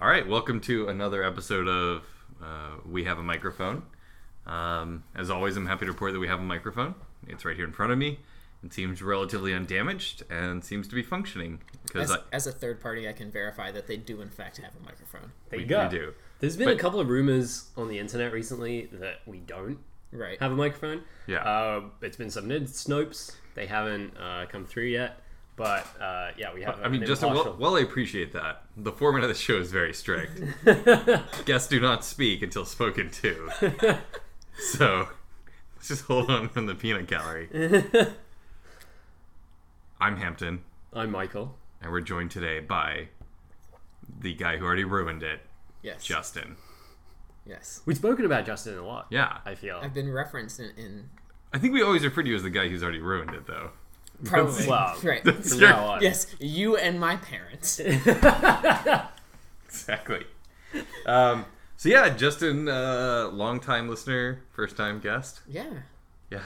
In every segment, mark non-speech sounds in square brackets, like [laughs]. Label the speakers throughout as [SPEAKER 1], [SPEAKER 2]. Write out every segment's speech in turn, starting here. [SPEAKER 1] All right, welcome to another episode of uh, We Have a Microphone. Um, as always, I'm happy to report that we have a microphone. It's right here in front of me. It seems relatively undamaged and seems to be functioning because
[SPEAKER 2] As, as a third party, I can verify that they do in fact have a microphone.
[SPEAKER 3] There
[SPEAKER 1] we,
[SPEAKER 3] you
[SPEAKER 1] we
[SPEAKER 3] go.
[SPEAKER 1] do.
[SPEAKER 3] There's been
[SPEAKER 1] But-
[SPEAKER 3] a couple of rumors on the internet recently that we don't
[SPEAKER 2] Right.
[SPEAKER 3] have a microphone.
[SPEAKER 1] Yeah.
[SPEAKER 3] Uh, it's been submitted to Snopes. They haven't uh, come through yet. But uh, yeah, we have.
[SPEAKER 1] I mean,
[SPEAKER 3] an
[SPEAKER 1] Justin,
[SPEAKER 3] impartial-
[SPEAKER 1] while, while I appreciate that, the format of the show is very strict. Guests do not speak until spoken to. so let's just hold on from the peanut gallery. I'm Hampton,
[SPEAKER 3] I'm Michael.
[SPEAKER 1] and we're joined today by the guy who already ruined it,
[SPEAKER 2] Yes.
[SPEAKER 1] Justin.
[SPEAKER 2] Yes.
[SPEAKER 3] We've spoken about Justin a lot.
[SPEAKER 1] Yeah.
[SPEAKER 3] I feel.
[SPEAKER 2] I've been referenced in, in
[SPEAKER 1] I think we always refer to you as the guy who's already ruined it, though.
[SPEAKER 2] probably
[SPEAKER 3] Wow.
[SPEAKER 2] [laughs] right.
[SPEAKER 3] From
[SPEAKER 1] Sure.
[SPEAKER 3] now on.
[SPEAKER 2] Yes, you and my parents.
[SPEAKER 1] Exactly. Um, so, yeah, Justin, uh, longtime listener, first time guest.
[SPEAKER 2] Yeah,
[SPEAKER 1] Yeah.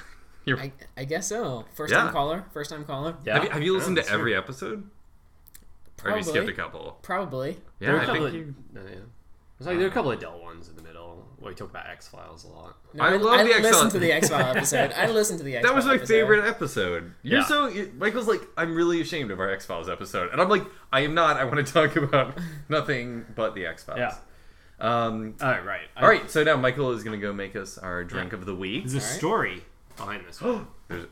[SPEAKER 1] You're,
[SPEAKER 2] I, I guess so. First
[SPEAKER 1] Yeah.
[SPEAKER 2] time caller. First time caller.
[SPEAKER 3] Yeah.
[SPEAKER 1] have, you, have you
[SPEAKER 3] Yeah,
[SPEAKER 1] listened to
[SPEAKER 3] that's true.
[SPEAKER 1] every episode? Or have
[SPEAKER 2] Probably.
[SPEAKER 1] you skipped a couple?
[SPEAKER 2] Probably.
[SPEAKER 3] There were
[SPEAKER 1] Yeah,
[SPEAKER 3] a
[SPEAKER 1] I
[SPEAKER 3] couple
[SPEAKER 1] think Uh,
[SPEAKER 3] of.
[SPEAKER 1] you.
[SPEAKER 3] no, yeah. It's like there are a couple of dull ones in the middle. where We talk about X Files a lot.
[SPEAKER 2] No,
[SPEAKER 1] I love the Excel-
[SPEAKER 2] listened to the
[SPEAKER 1] [laughs]
[SPEAKER 2] X File episode. I listened to the X.
[SPEAKER 1] That was my
[SPEAKER 2] episode.
[SPEAKER 1] favorite episode. You're
[SPEAKER 3] Yeah.
[SPEAKER 1] so you- Michael's like I'm really ashamed of our X Files episode, and I'm like I am not. I want to talk about
[SPEAKER 3] [laughs]
[SPEAKER 1] nothing but the X Files.
[SPEAKER 3] Yeah.
[SPEAKER 1] Um.
[SPEAKER 3] All right. Right.
[SPEAKER 1] All right. So now Michael is gonna go make us our drink of the week.
[SPEAKER 3] There's a
[SPEAKER 2] All right.
[SPEAKER 3] story behind this one.
[SPEAKER 1] [gasps] There's-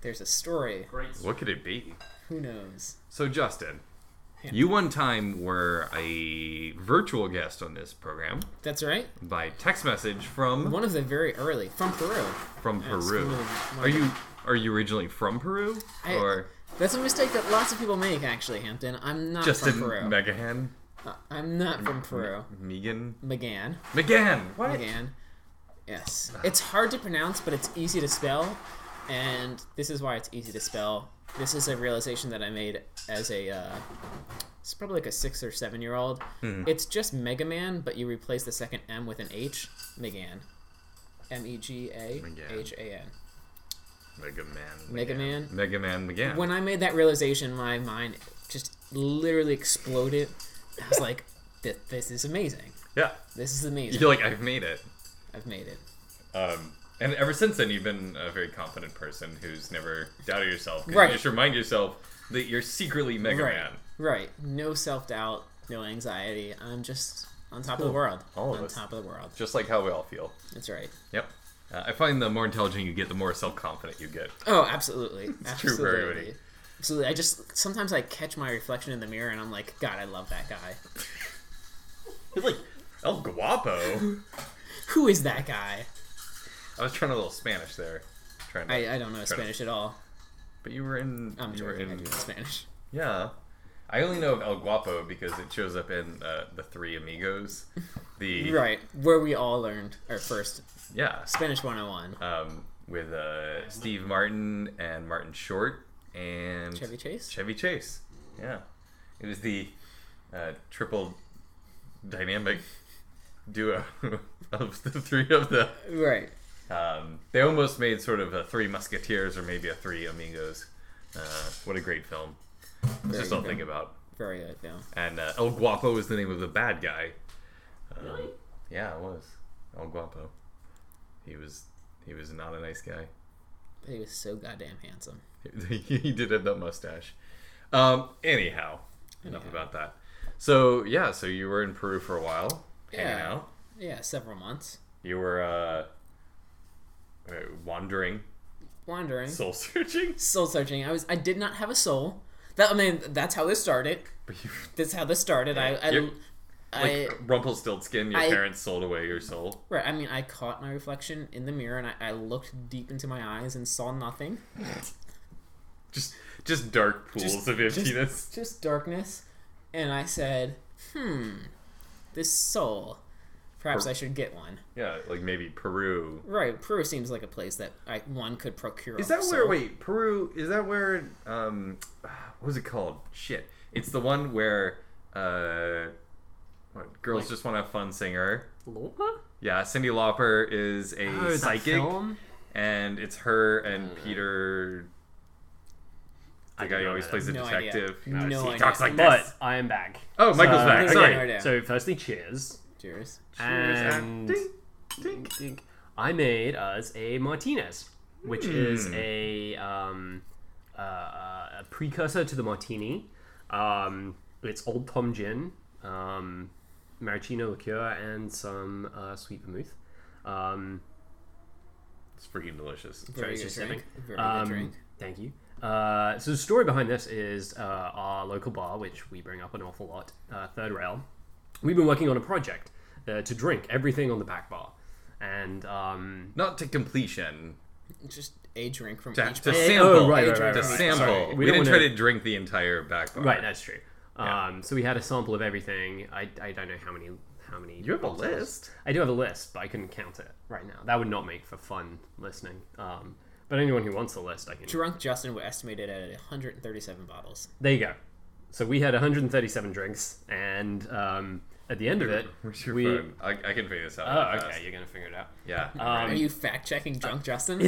[SPEAKER 2] There's a story.
[SPEAKER 3] Great.
[SPEAKER 1] What could it be?
[SPEAKER 2] Who knows?
[SPEAKER 1] So Justin,
[SPEAKER 2] Yeah.
[SPEAKER 1] you one time were a virtual guest on this program
[SPEAKER 2] That's right.
[SPEAKER 1] by text message from
[SPEAKER 2] One of the very early from Peru.
[SPEAKER 1] from Peru.
[SPEAKER 2] school.
[SPEAKER 1] Are you are you originally from Peru
[SPEAKER 2] I-
[SPEAKER 1] or
[SPEAKER 2] That's a mistake that lots of people make, actually, Hampton. I'm not
[SPEAKER 1] Justin
[SPEAKER 2] from Peru.
[SPEAKER 1] Megahan?
[SPEAKER 2] Uh, I'm not from Peru.
[SPEAKER 1] Megan
[SPEAKER 2] McGann.
[SPEAKER 1] McGann. What?
[SPEAKER 2] McGann. Yes. It's hard to pronounce, but it's easy to spell. And this is why it's easy to spell. This is a realization that I made as a. Uh, it's probably like a six or seven year old. It's just Mega Man, but you replace the second M with an H. McGann. M E G A H A N.
[SPEAKER 1] Mega Man.
[SPEAKER 2] Mega Man.
[SPEAKER 1] Mega Man McGann.
[SPEAKER 2] when I made that realization, my mind just literally exploded. I was like, "Th- "This is amazing!
[SPEAKER 1] yeah.
[SPEAKER 2] This is amazing!
[SPEAKER 1] You're like I've made it.
[SPEAKER 2] I've made it."
[SPEAKER 1] Um, and ever since then, you've been a very confident person who's never doubted yourself. 'cause
[SPEAKER 2] Right.
[SPEAKER 1] You just remind yourself that you're secretly Mega
[SPEAKER 2] Right,
[SPEAKER 1] Man.
[SPEAKER 2] right. No self doubt, no anxiety. I'm just on top of the world.
[SPEAKER 1] All of
[SPEAKER 2] on
[SPEAKER 1] us.
[SPEAKER 2] top of the world.
[SPEAKER 1] Just like how we all feel.
[SPEAKER 2] That's right.
[SPEAKER 1] Yep. Uh, I find the more intelligent you get, the more self confident you get.
[SPEAKER 2] Oh,
[SPEAKER 1] [laughs]
[SPEAKER 2] absolutely. It's
[SPEAKER 1] true for
[SPEAKER 2] absolutely.
[SPEAKER 1] everybody.
[SPEAKER 2] Absolutely. I just sometimes I catch my reflection in the mirror and I'm like, God, I love that guy.
[SPEAKER 1] You're like El Guapo.
[SPEAKER 2] Who is that guy?
[SPEAKER 1] I was trying a little Spanish there. Trying to,
[SPEAKER 2] I, uh, I don't know Spanish at all.
[SPEAKER 1] but you were in.
[SPEAKER 2] I'm
[SPEAKER 1] you were
[SPEAKER 2] joking. I do
[SPEAKER 1] in [laughs]
[SPEAKER 2] know Spanish.
[SPEAKER 1] Yeah. I only know of El Guapo because it shows up in uh, the Three Amigos. The
[SPEAKER 2] [laughs] Right, where we all learned our first
[SPEAKER 1] yeah,
[SPEAKER 2] Spanish 101.
[SPEAKER 1] um, with uh, Steve Martin and Martin Short and
[SPEAKER 2] Chevy Chase?
[SPEAKER 1] Chevy Chase. Yeah, it was the uh, triple dynamic duo [laughs] of the three of the.
[SPEAKER 2] Right.
[SPEAKER 1] Um, they almost made sort of a Three Musketeers or maybe a Three Amigos. Uh, what a great film! It's just
[SPEAKER 2] Very
[SPEAKER 1] something
[SPEAKER 2] good.
[SPEAKER 1] about.
[SPEAKER 2] Very good film.
[SPEAKER 1] and uh, El Guapo is the name of the bad guy. really? Yeah, it was El Guapo. He was he was not a nice guy. [laughs]
[SPEAKER 2] But he was so goddamn handsome.
[SPEAKER 1] he did have that mustache. Um, anyhow, enough
[SPEAKER 2] Anyhow.
[SPEAKER 1] about that. So yeah, so you were in Peru for a while, hanging
[SPEAKER 2] Yeah.
[SPEAKER 1] out.
[SPEAKER 2] Yeah, several months.
[SPEAKER 1] You were uh, uh, wandering, [laughs]
[SPEAKER 2] Wandering.
[SPEAKER 1] soul searching.
[SPEAKER 2] soul searching. I was I did not have a soul. That I mean that's how this started.
[SPEAKER 1] But you,
[SPEAKER 2] That's how this started. I I,
[SPEAKER 1] You're-
[SPEAKER 2] I,
[SPEAKER 1] like Rumpelstiltskin, your
[SPEAKER 2] I-
[SPEAKER 1] parents sold away your soul.
[SPEAKER 2] right, I mean I caught my reflection in the mirror and I, I looked deep into my eyes and saw nothing.
[SPEAKER 1] Just just dark pools
[SPEAKER 2] Just-
[SPEAKER 1] of
[SPEAKER 2] just-
[SPEAKER 1] emptiness.
[SPEAKER 2] Just darkness. And I said, Hmm, this soul. Perhaps I should get one.
[SPEAKER 1] yeah, like maybe Peru
[SPEAKER 2] Right, Peru seems like a place that I, one could procure.
[SPEAKER 1] Is
[SPEAKER 2] a
[SPEAKER 1] that where?
[SPEAKER 2] soul.
[SPEAKER 1] Wait, Peru. Is that where? Um, what was it called? Shit. It's the one where, uh, what, girls just want to have fun. Singer.
[SPEAKER 3] Laura?
[SPEAKER 1] Yeah, Cindy Lauper Oh, is a
[SPEAKER 3] Oh, it's a
[SPEAKER 1] psychic, Uh,
[SPEAKER 3] film?
[SPEAKER 1] and it's her and Peter The
[SPEAKER 3] I
[SPEAKER 1] guy
[SPEAKER 3] don't
[SPEAKER 1] who always
[SPEAKER 3] know.
[SPEAKER 1] plays the
[SPEAKER 2] No idea.
[SPEAKER 1] detective.
[SPEAKER 2] No
[SPEAKER 1] he
[SPEAKER 2] idea.
[SPEAKER 1] talks like
[SPEAKER 3] But
[SPEAKER 1] this.
[SPEAKER 3] I am back.
[SPEAKER 1] Oh, Michael's
[SPEAKER 3] Uh,
[SPEAKER 1] back.
[SPEAKER 2] there's
[SPEAKER 1] Sorry.
[SPEAKER 2] no idea.
[SPEAKER 3] So firstly, cheers.
[SPEAKER 2] Cheers.
[SPEAKER 3] And
[SPEAKER 1] Ding, ding.
[SPEAKER 3] think I made us a Martinez, which is
[SPEAKER 1] Hmm.
[SPEAKER 3] a, um, uh, a precursor to the martini. Um, it's Old Tom gin, um, maraschino liqueur, and some uh, sweet vermouth. Um,
[SPEAKER 1] It's freaking delicious.
[SPEAKER 2] Very
[SPEAKER 3] so
[SPEAKER 2] good
[SPEAKER 3] seven.
[SPEAKER 2] drink. Very
[SPEAKER 3] um,
[SPEAKER 2] good drink.
[SPEAKER 3] Thank you. Uh, so the story behind this is uh, our local bar, which we bring up an awful lot, uh, Third Rail. We've been working on a project uh, to drink everything on the back bar, and um,
[SPEAKER 1] Not to completion.
[SPEAKER 2] Just a drink from
[SPEAKER 1] To,
[SPEAKER 2] each
[SPEAKER 1] to
[SPEAKER 2] bottle.
[SPEAKER 1] sample.
[SPEAKER 3] oh, right, right, right,
[SPEAKER 1] to
[SPEAKER 3] right.
[SPEAKER 1] sample.
[SPEAKER 3] Sorry,
[SPEAKER 1] we,
[SPEAKER 3] we don't
[SPEAKER 1] didn't
[SPEAKER 3] wanna-
[SPEAKER 1] try to drink the entire back bar.
[SPEAKER 3] right,
[SPEAKER 1] [laughs]
[SPEAKER 3] that's true.
[SPEAKER 1] Yeah.
[SPEAKER 3] Um, so we had a sample of everything. I, I don't know how many how many.
[SPEAKER 1] You have a
[SPEAKER 3] bottles.
[SPEAKER 1] list?
[SPEAKER 3] I do have a list, but I couldn't count it right now. That would not make for fun listening. Um, but anyone who wants a list, I can.
[SPEAKER 2] Drunk Justin would estimate it at 137 bottles.
[SPEAKER 3] There you go. So we had 137 drinks, and um, at the end of it,
[SPEAKER 1] Where's your
[SPEAKER 3] we.
[SPEAKER 1] phone? I, I can figure this out.
[SPEAKER 3] Oh,
[SPEAKER 1] really fast.
[SPEAKER 3] okay. You're gonna figure it out.
[SPEAKER 1] Yeah,
[SPEAKER 2] Are
[SPEAKER 3] Um,
[SPEAKER 2] you fact checking
[SPEAKER 1] uh,
[SPEAKER 2] Drunk Justin?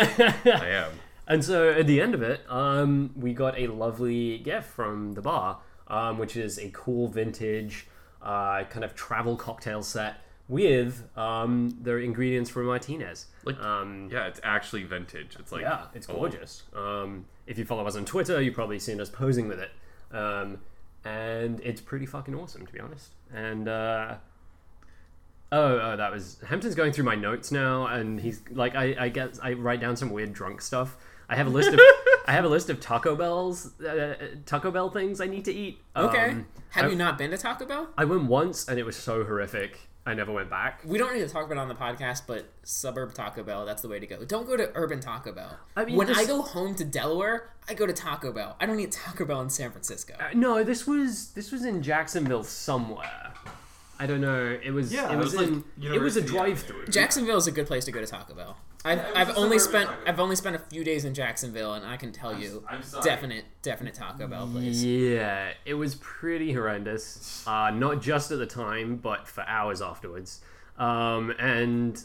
[SPEAKER 1] I am.
[SPEAKER 3] and so at the end of it, um, we got a lovely gift from the bar, um, which is a cool vintage uh, kind of travel cocktail set with um, the ingredients for Martinez.
[SPEAKER 1] Like-
[SPEAKER 3] um,
[SPEAKER 1] Yeah, it's actually vintage. It's like
[SPEAKER 3] yeah, it's gorgeous. Um, if you follow us on Twitter, you've probably seen us posing with it. Um, and it's pretty fucking awesome, to be honest. And uh, oh, oh, that was Hampton's going through my notes now, and he's like, I, I guess I write down some weird drunk stuff. I have a list of I have a list of Taco Bell's uh, Taco Bell things I need to eat.
[SPEAKER 2] okay.
[SPEAKER 3] Um,
[SPEAKER 2] Have
[SPEAKER 3] I've-
[SPEAKER 2] you not been to Taco Bell?
[SPEAKER 3] I went once, and it was so horrific. I never went back.
[SPEAKER 2] We don't need to talk about it on the podcast, but suburb Taco Bell, that's the way to go. Don't go to urban Taco Bell.
[SPEAKER 3] I mean,
[SPEAKER 2] when
[SPEAKER 3] this-
[SPEAKER 2] I go home to Delaware, I go to Taco Bell. I don't eat Taco Bell in San Francisco.
[SPEAKER 3] Uh, No, this was this was in Jacksonville somewhere. I don't know. It was
[SPEAKER 1] Yeah,
[SPEAKER 3] it
[SPEAKER 1] it
[SPEAKER 3] was,
[SPEAKER 1] was like
[SPEAKER 3] in it was a
[SPEAKER 1] University
[SPEAKER 3] drive through.
[SPEAKER 2] Jacksonville is a good place to go to Taco Bell. I've,
[SPEAKER 1] it was
[SPEAKER 2] I've
[SPEAKER 1] a suburban
[SPEAKER 2] only spent
[SPEAKER 1] Taco Bell.
[SPEAKER 2] I've only spent a few days in Jacksonville, and I can tell you,
[SPEAKER 1] I'm sorry.
[SPEAKER 2] definite definite Taco Bell place.
[SPEAKER 3] Yeah, it was pretty horrendous. Uh, not just at the time, but for hours afterwards. Um, and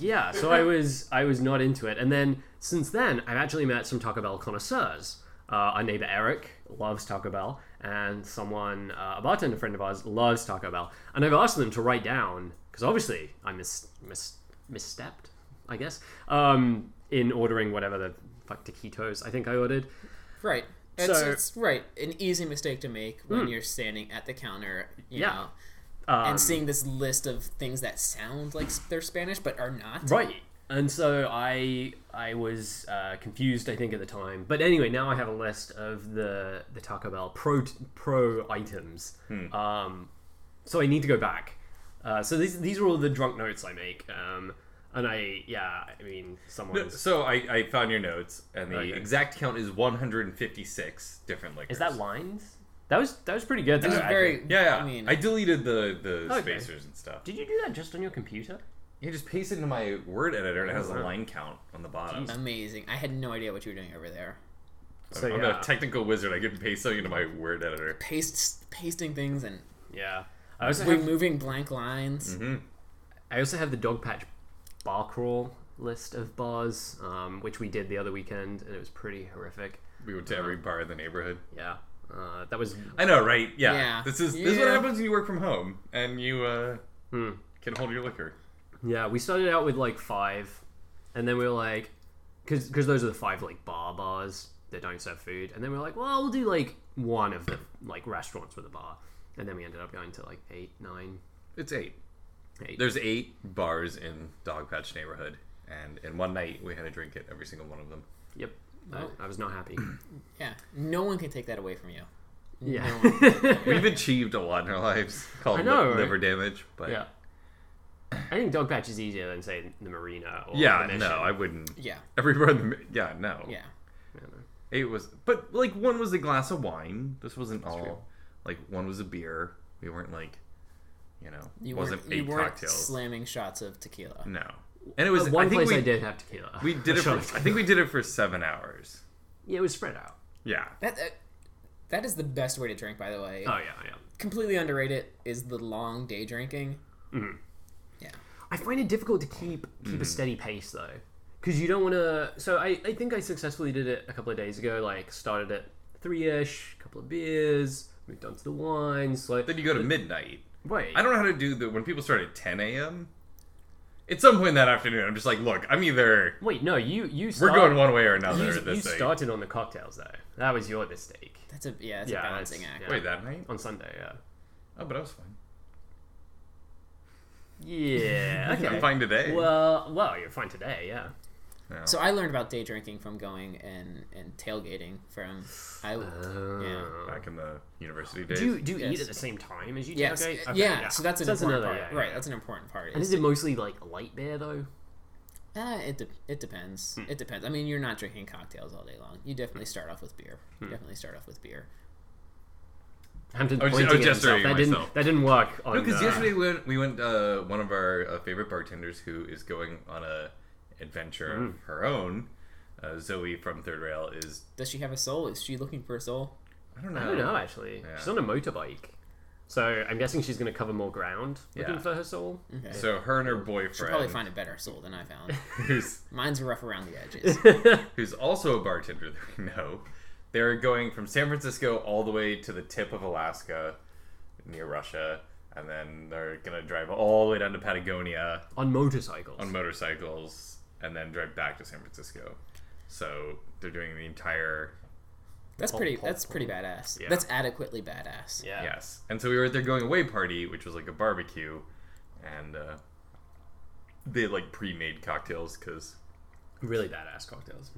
[SPEAKER 3] yeah, so I was I was not into it. And then since then, I've actually met some Taco Bell connoisseurs. Uh, our neighbor Eric loves Taco Bell, and someone uh, a bartender friend of ours loves Taco Bell. And I've asked them to write down because obviously I mis mis misstepped, I guess, um, in ordering whatever the fuck taquitos I think I ordered.
[SPEAKER 2] Right. It's,
[SPEAKER 3] So-
[SPEAKER 2] it's right. An easy mistake to make when you're standing at the counter, you
[SPEAKER 3] Yeah.
[SPEAKER 2] know,
[SPEAKER 3] Um,
[SPEAKER 2] and seeing this list of things that sound like s- they're Spanish but are not.
[SPEAKER 3] Right. And so I I was uh, confused I think at the time, but anyway now I have a list of the the Taco Bell pro pro items. Um, so I need to go back. Uh, so these these are all the drunk notes I make. Um, and I yeah I mean someone's
[SPEAKER 1] So I, I found your notes, and the
[SPEAKER 3] Okay.
[SPEAKER 1] exact count is 156 different liquors.
[SPEAKER 3] is that lines? That was that was pretty good. though,
[SPEAKER 2] This is
[SPEAKER 3] I
[SPEAKER 2] very.
[SPEAKER 3] think.
[SPEAKER 1] Yeah, yeah.
[SPEAKER 2] I
[SPEAKER 1] I,
[SPEAKER 2] mean,
[SPEAKER 1] deleted the the
[SPEAKER 3] Okay.
[SPEAKER 1] spacers and stuff.
[SPEAKER 3] Did you do that just on your computer?
[SPEAKER 1] You just paste it into my word editor, and it has
[SPEAKER 3] wow.
[SPEAKER 1] a line count on the bottom.
[SPEAKER 2] amazing. I had no idea what you were doing over there.
[SPEAKER 3] So
[SPEAKER 1] I'm
[SPEAKER 3] yeah.
[SPEAKER 1] a technical wizard. I can paste something into my word editor.
[SPEAKER 2] Paste pasting things and
[SPEAKER 3] yeah. I also have,
[SPEAKER 2] removing blank lines.
[SPEAKER 3] I also have the dog patch bar crawl list of bars, um, which we did the other weekend, and it was pretty horrific.
[SPEAKER 1] We went to every bar in the neighborhood.
[SPEAKER 3] Yeah, uh, that was
[SPEAKER 1] I know, right? Yeah.
[SPEAKER 2] Yeah.
[SPEAKER 1] This is this is what
[SPEAKER 2] Yeah.
[SPEAKER 1] happens when you work from home and you uh,
[SPEAKER 3] Hmm.
[SPEAKER 1] can hold your liquor.
[SPEAKER 3] yeah. We started out with like five, and then we were like, because those are the five like bar bars that don't serve food, and then we were like, well, we'll do like one of the like restaurants with a bar, and then we ended up going to like eight, nine,
[SPEAKER 1] It's eight.
[SPEAKER 3] eight.
[SPEAKER 1] There's eight bars in Dogpatch neighborhood, and in one night we had to drink at every single one of them.
[SPEAKER 3] Yep, I- I, was not
[SPEAKER 1] [clears throat]
[SPEAKER 3] happy. [laughs]
[SPEAKER 2] Yeah, no one can take that away from you.
[SPEAKER 3] yeah, [laughs]
[SPEAKER 1] We've achieved a lot in our lives called
[SPEAKER 3] I know,
[SPEAKER 1] li-
[SPEAKER 3] right?
[SPEAKER 1] liver damage, but
[SPEAKER 3] yeah. I think dog patch is easier than say the marina or the
[SPEAKER 1] yeah,
[SPEAKER 3] mission.
[SPEAKER 1] no, I wouldn't.
[SPEAKER 2] Yeah,
[SPEAKER 1] Every bar, in the, yeah, no,
[SPEAKER 2] yeah.
[SPEAKER 1] It was, but like one was a glass of wine. This wasn't all. Like one was a beer. We weren't like, you know,
[SPEAKER 2] You
[SPEAKER 1] wasn't
[SPEAKER 2] weren't, you
[SPEAKER 1] eight
[SPEAKER 2] weren't
[SPEAKER 1] cocktails. Mm.
[SPEAKER 2] slamming shots of tequila.
[SPEAKER 1] no, and it was
[SPEAKER 3] One
[SPEAKER 1] I think
[SPEAKER 3] place
[SPEAKER 1] we,
[SPEAKER 3] I did have tequila.
[SPEAKER 1] We
[SPEAKER 3] [laughs]
[SPEAKER 1] did it. For,
[SPEAKER 3] Sure.
[SPEAKER 1] I think we did it for seven hours.
[SPEAKER 3] yeah, it was spread out.
[SPEAKER 1] Yeah,
[SPEAKER 2] That, that that is the best way to drink, by the way.
[SPEAKER 3] Oh yeah, yeah.
[SPEAKER 2] Completely underrated is the long day drinking.
[SPEAKER 1] Mm-hmm.
[SPEAKER 3] I find it difficult to keep keep a steady pace though, because you don't want to. So I, I think I successfully did it a couple of days ago. Like started at three ish, couple of beers, moved on to the wines. Like
[SPEAKER 1] Then you go to midnight.
[SPEAKER 3] right,
[SPEAKER 1] I don't know how to do the when people start at 10 a.m. At some point in that afternoon, I'm just like, look, I'm either
[SPEAKER 3] wait, no, you you
[SPEAKER 1] we're
[SPEAKER 3] start,
[SPEAKER 1] going one way or another.
[SPEAKER 3] You,
[SPEAKER 1] at
[SPEAKER 3] you
[SPEAKER 1] this thing.
[SPEAKER 3] started on the cocktails though. That was your mistake
[SPEAKER 2] That's a yeah, that's
[SPEAKER 3] Yeah,
[SPEAKER 2] a balancing
[SPEAKER 3] that's-
[SPEAKER 2] act.
[SPEAKER 3] yeah.
[SPEAKER 1] Wait, that night?
[SPEAKER 3] on Sunday.
[SPEAKER 1] [laughs]
[SPEAKER 3] Yeah,
[SPEAKER 1] Oh, but I was fine.
[SPEAKER 3] yeah. Okay.
[SPEAKER 1] I'm fine today.
[SPEAKER 3] Well, well, you're fine today. Yeah.
[SPEAKER 1] No.
[SPEAKER 2] So I learned about day drinking from going and and tailgating from I
[SPEAKER 1] Uh,
[SPEAKER 2] yeah.
[SPEAKER 1] back in the university days.
[SPEAKER 3] Do you, do you eat
[SPEAKER 2] Yes.
[SPEAKER 3] at the same time as you
[SPEAKER 2] Yes.
[SPEAKER 3] tailgate?
[SPEAKER 2] uh,
[SPEAKER 3] Okay,
[SPEAKER 2] yeah, so that's an important
[SPEAKER 3] another
[SPEAKER 2] part.
[SPEAKER 3] yeah,
[SPEAKER 2] right,
[SPEAKER 3] yeah.
[SPEAKER 2] that's an important part.
[SPEAKER 3] And
[SPEAKER 2] is-
[SPEAKER 3] is it mostly like light beer though?
[SPEAKER 2] Uh, it, de- it depends.
[SPEAKER 3] Hmm.
[SPEAKER 2] It depends. I mean, you're not drinking cocktails all day long. You definitely start off with beer.
[SPEAKER 3] Hmm.
[SPEAKER 2] You definitely start off with beer.
[SPEAKER 3] Hampton's
[SPEAKER 1] I was ju- I
[SPEAKER 3] pointing
[SPEAKER 1] was
[SPEAKER 3] at
[SPEAKER 1] just
[SPEAKER 3] himself.
[SPEAKER 1] reading
[SPEAKER 3] That didn't
[SPEAKER 1] myself.
[SPEAKER 3] that didn't work. On,
[SPEAKER 1] No, because
[SPEAKER 3] uh,
[SPEAKER 1] yesterday we went, we went uh, one of our uh, favorite bartenders who is going on a adventure of her own. Uh, Zoe from Third Rail is
[SPEAKER 2] Does she have a soul? Is she looking for a soul?
[SPEAKER 1] I don't know.
[SPEAKER 3] I don't know actually.
[SPEAKER 1] Yeah.
[SPEAKER 3] She's on a motorbike, so I'm guessing she's going to cover more ground looking
[SPEAKER 1] Yeah. Mm-hmm.
[SPEAKER 3] for her soul.
[SPEAKER 1] So her and her
[SPEAKER 2] She'll probably
[SPEAKER 1] boyfriend,
[SPEAKER 2] find a better soul than I found.
[SPEAKER 3] [laughs]
[SPEAKER 1] who's
[SPEAKER 2] Mine's rough around the edges.
[SPEAKER 1] who's also a bartender [laughs] that we know, they're going from San Francisco all the way to the tip of Alaska, near Russia, and then they're gonna drive all the way down to Patagonia
[SPEAKER 3] on motorcycles.
[SPEAKER 1] on motorcycles, and then drive back to San Francisco. So they're doing the entire
[SPEAKER 2] That's pretty. That's pretty badass.
[SPEAKER 3] Yeah.
[SPEAKER 2] That's adequately badass.
[SPEAKER 3] yeah.
[SPEAKER 1] Yes. And so we were at their going away party, which was like a barbecue, and uh, they had like pre-made cocktails because
[SPEAKER 3] really badass cocktails.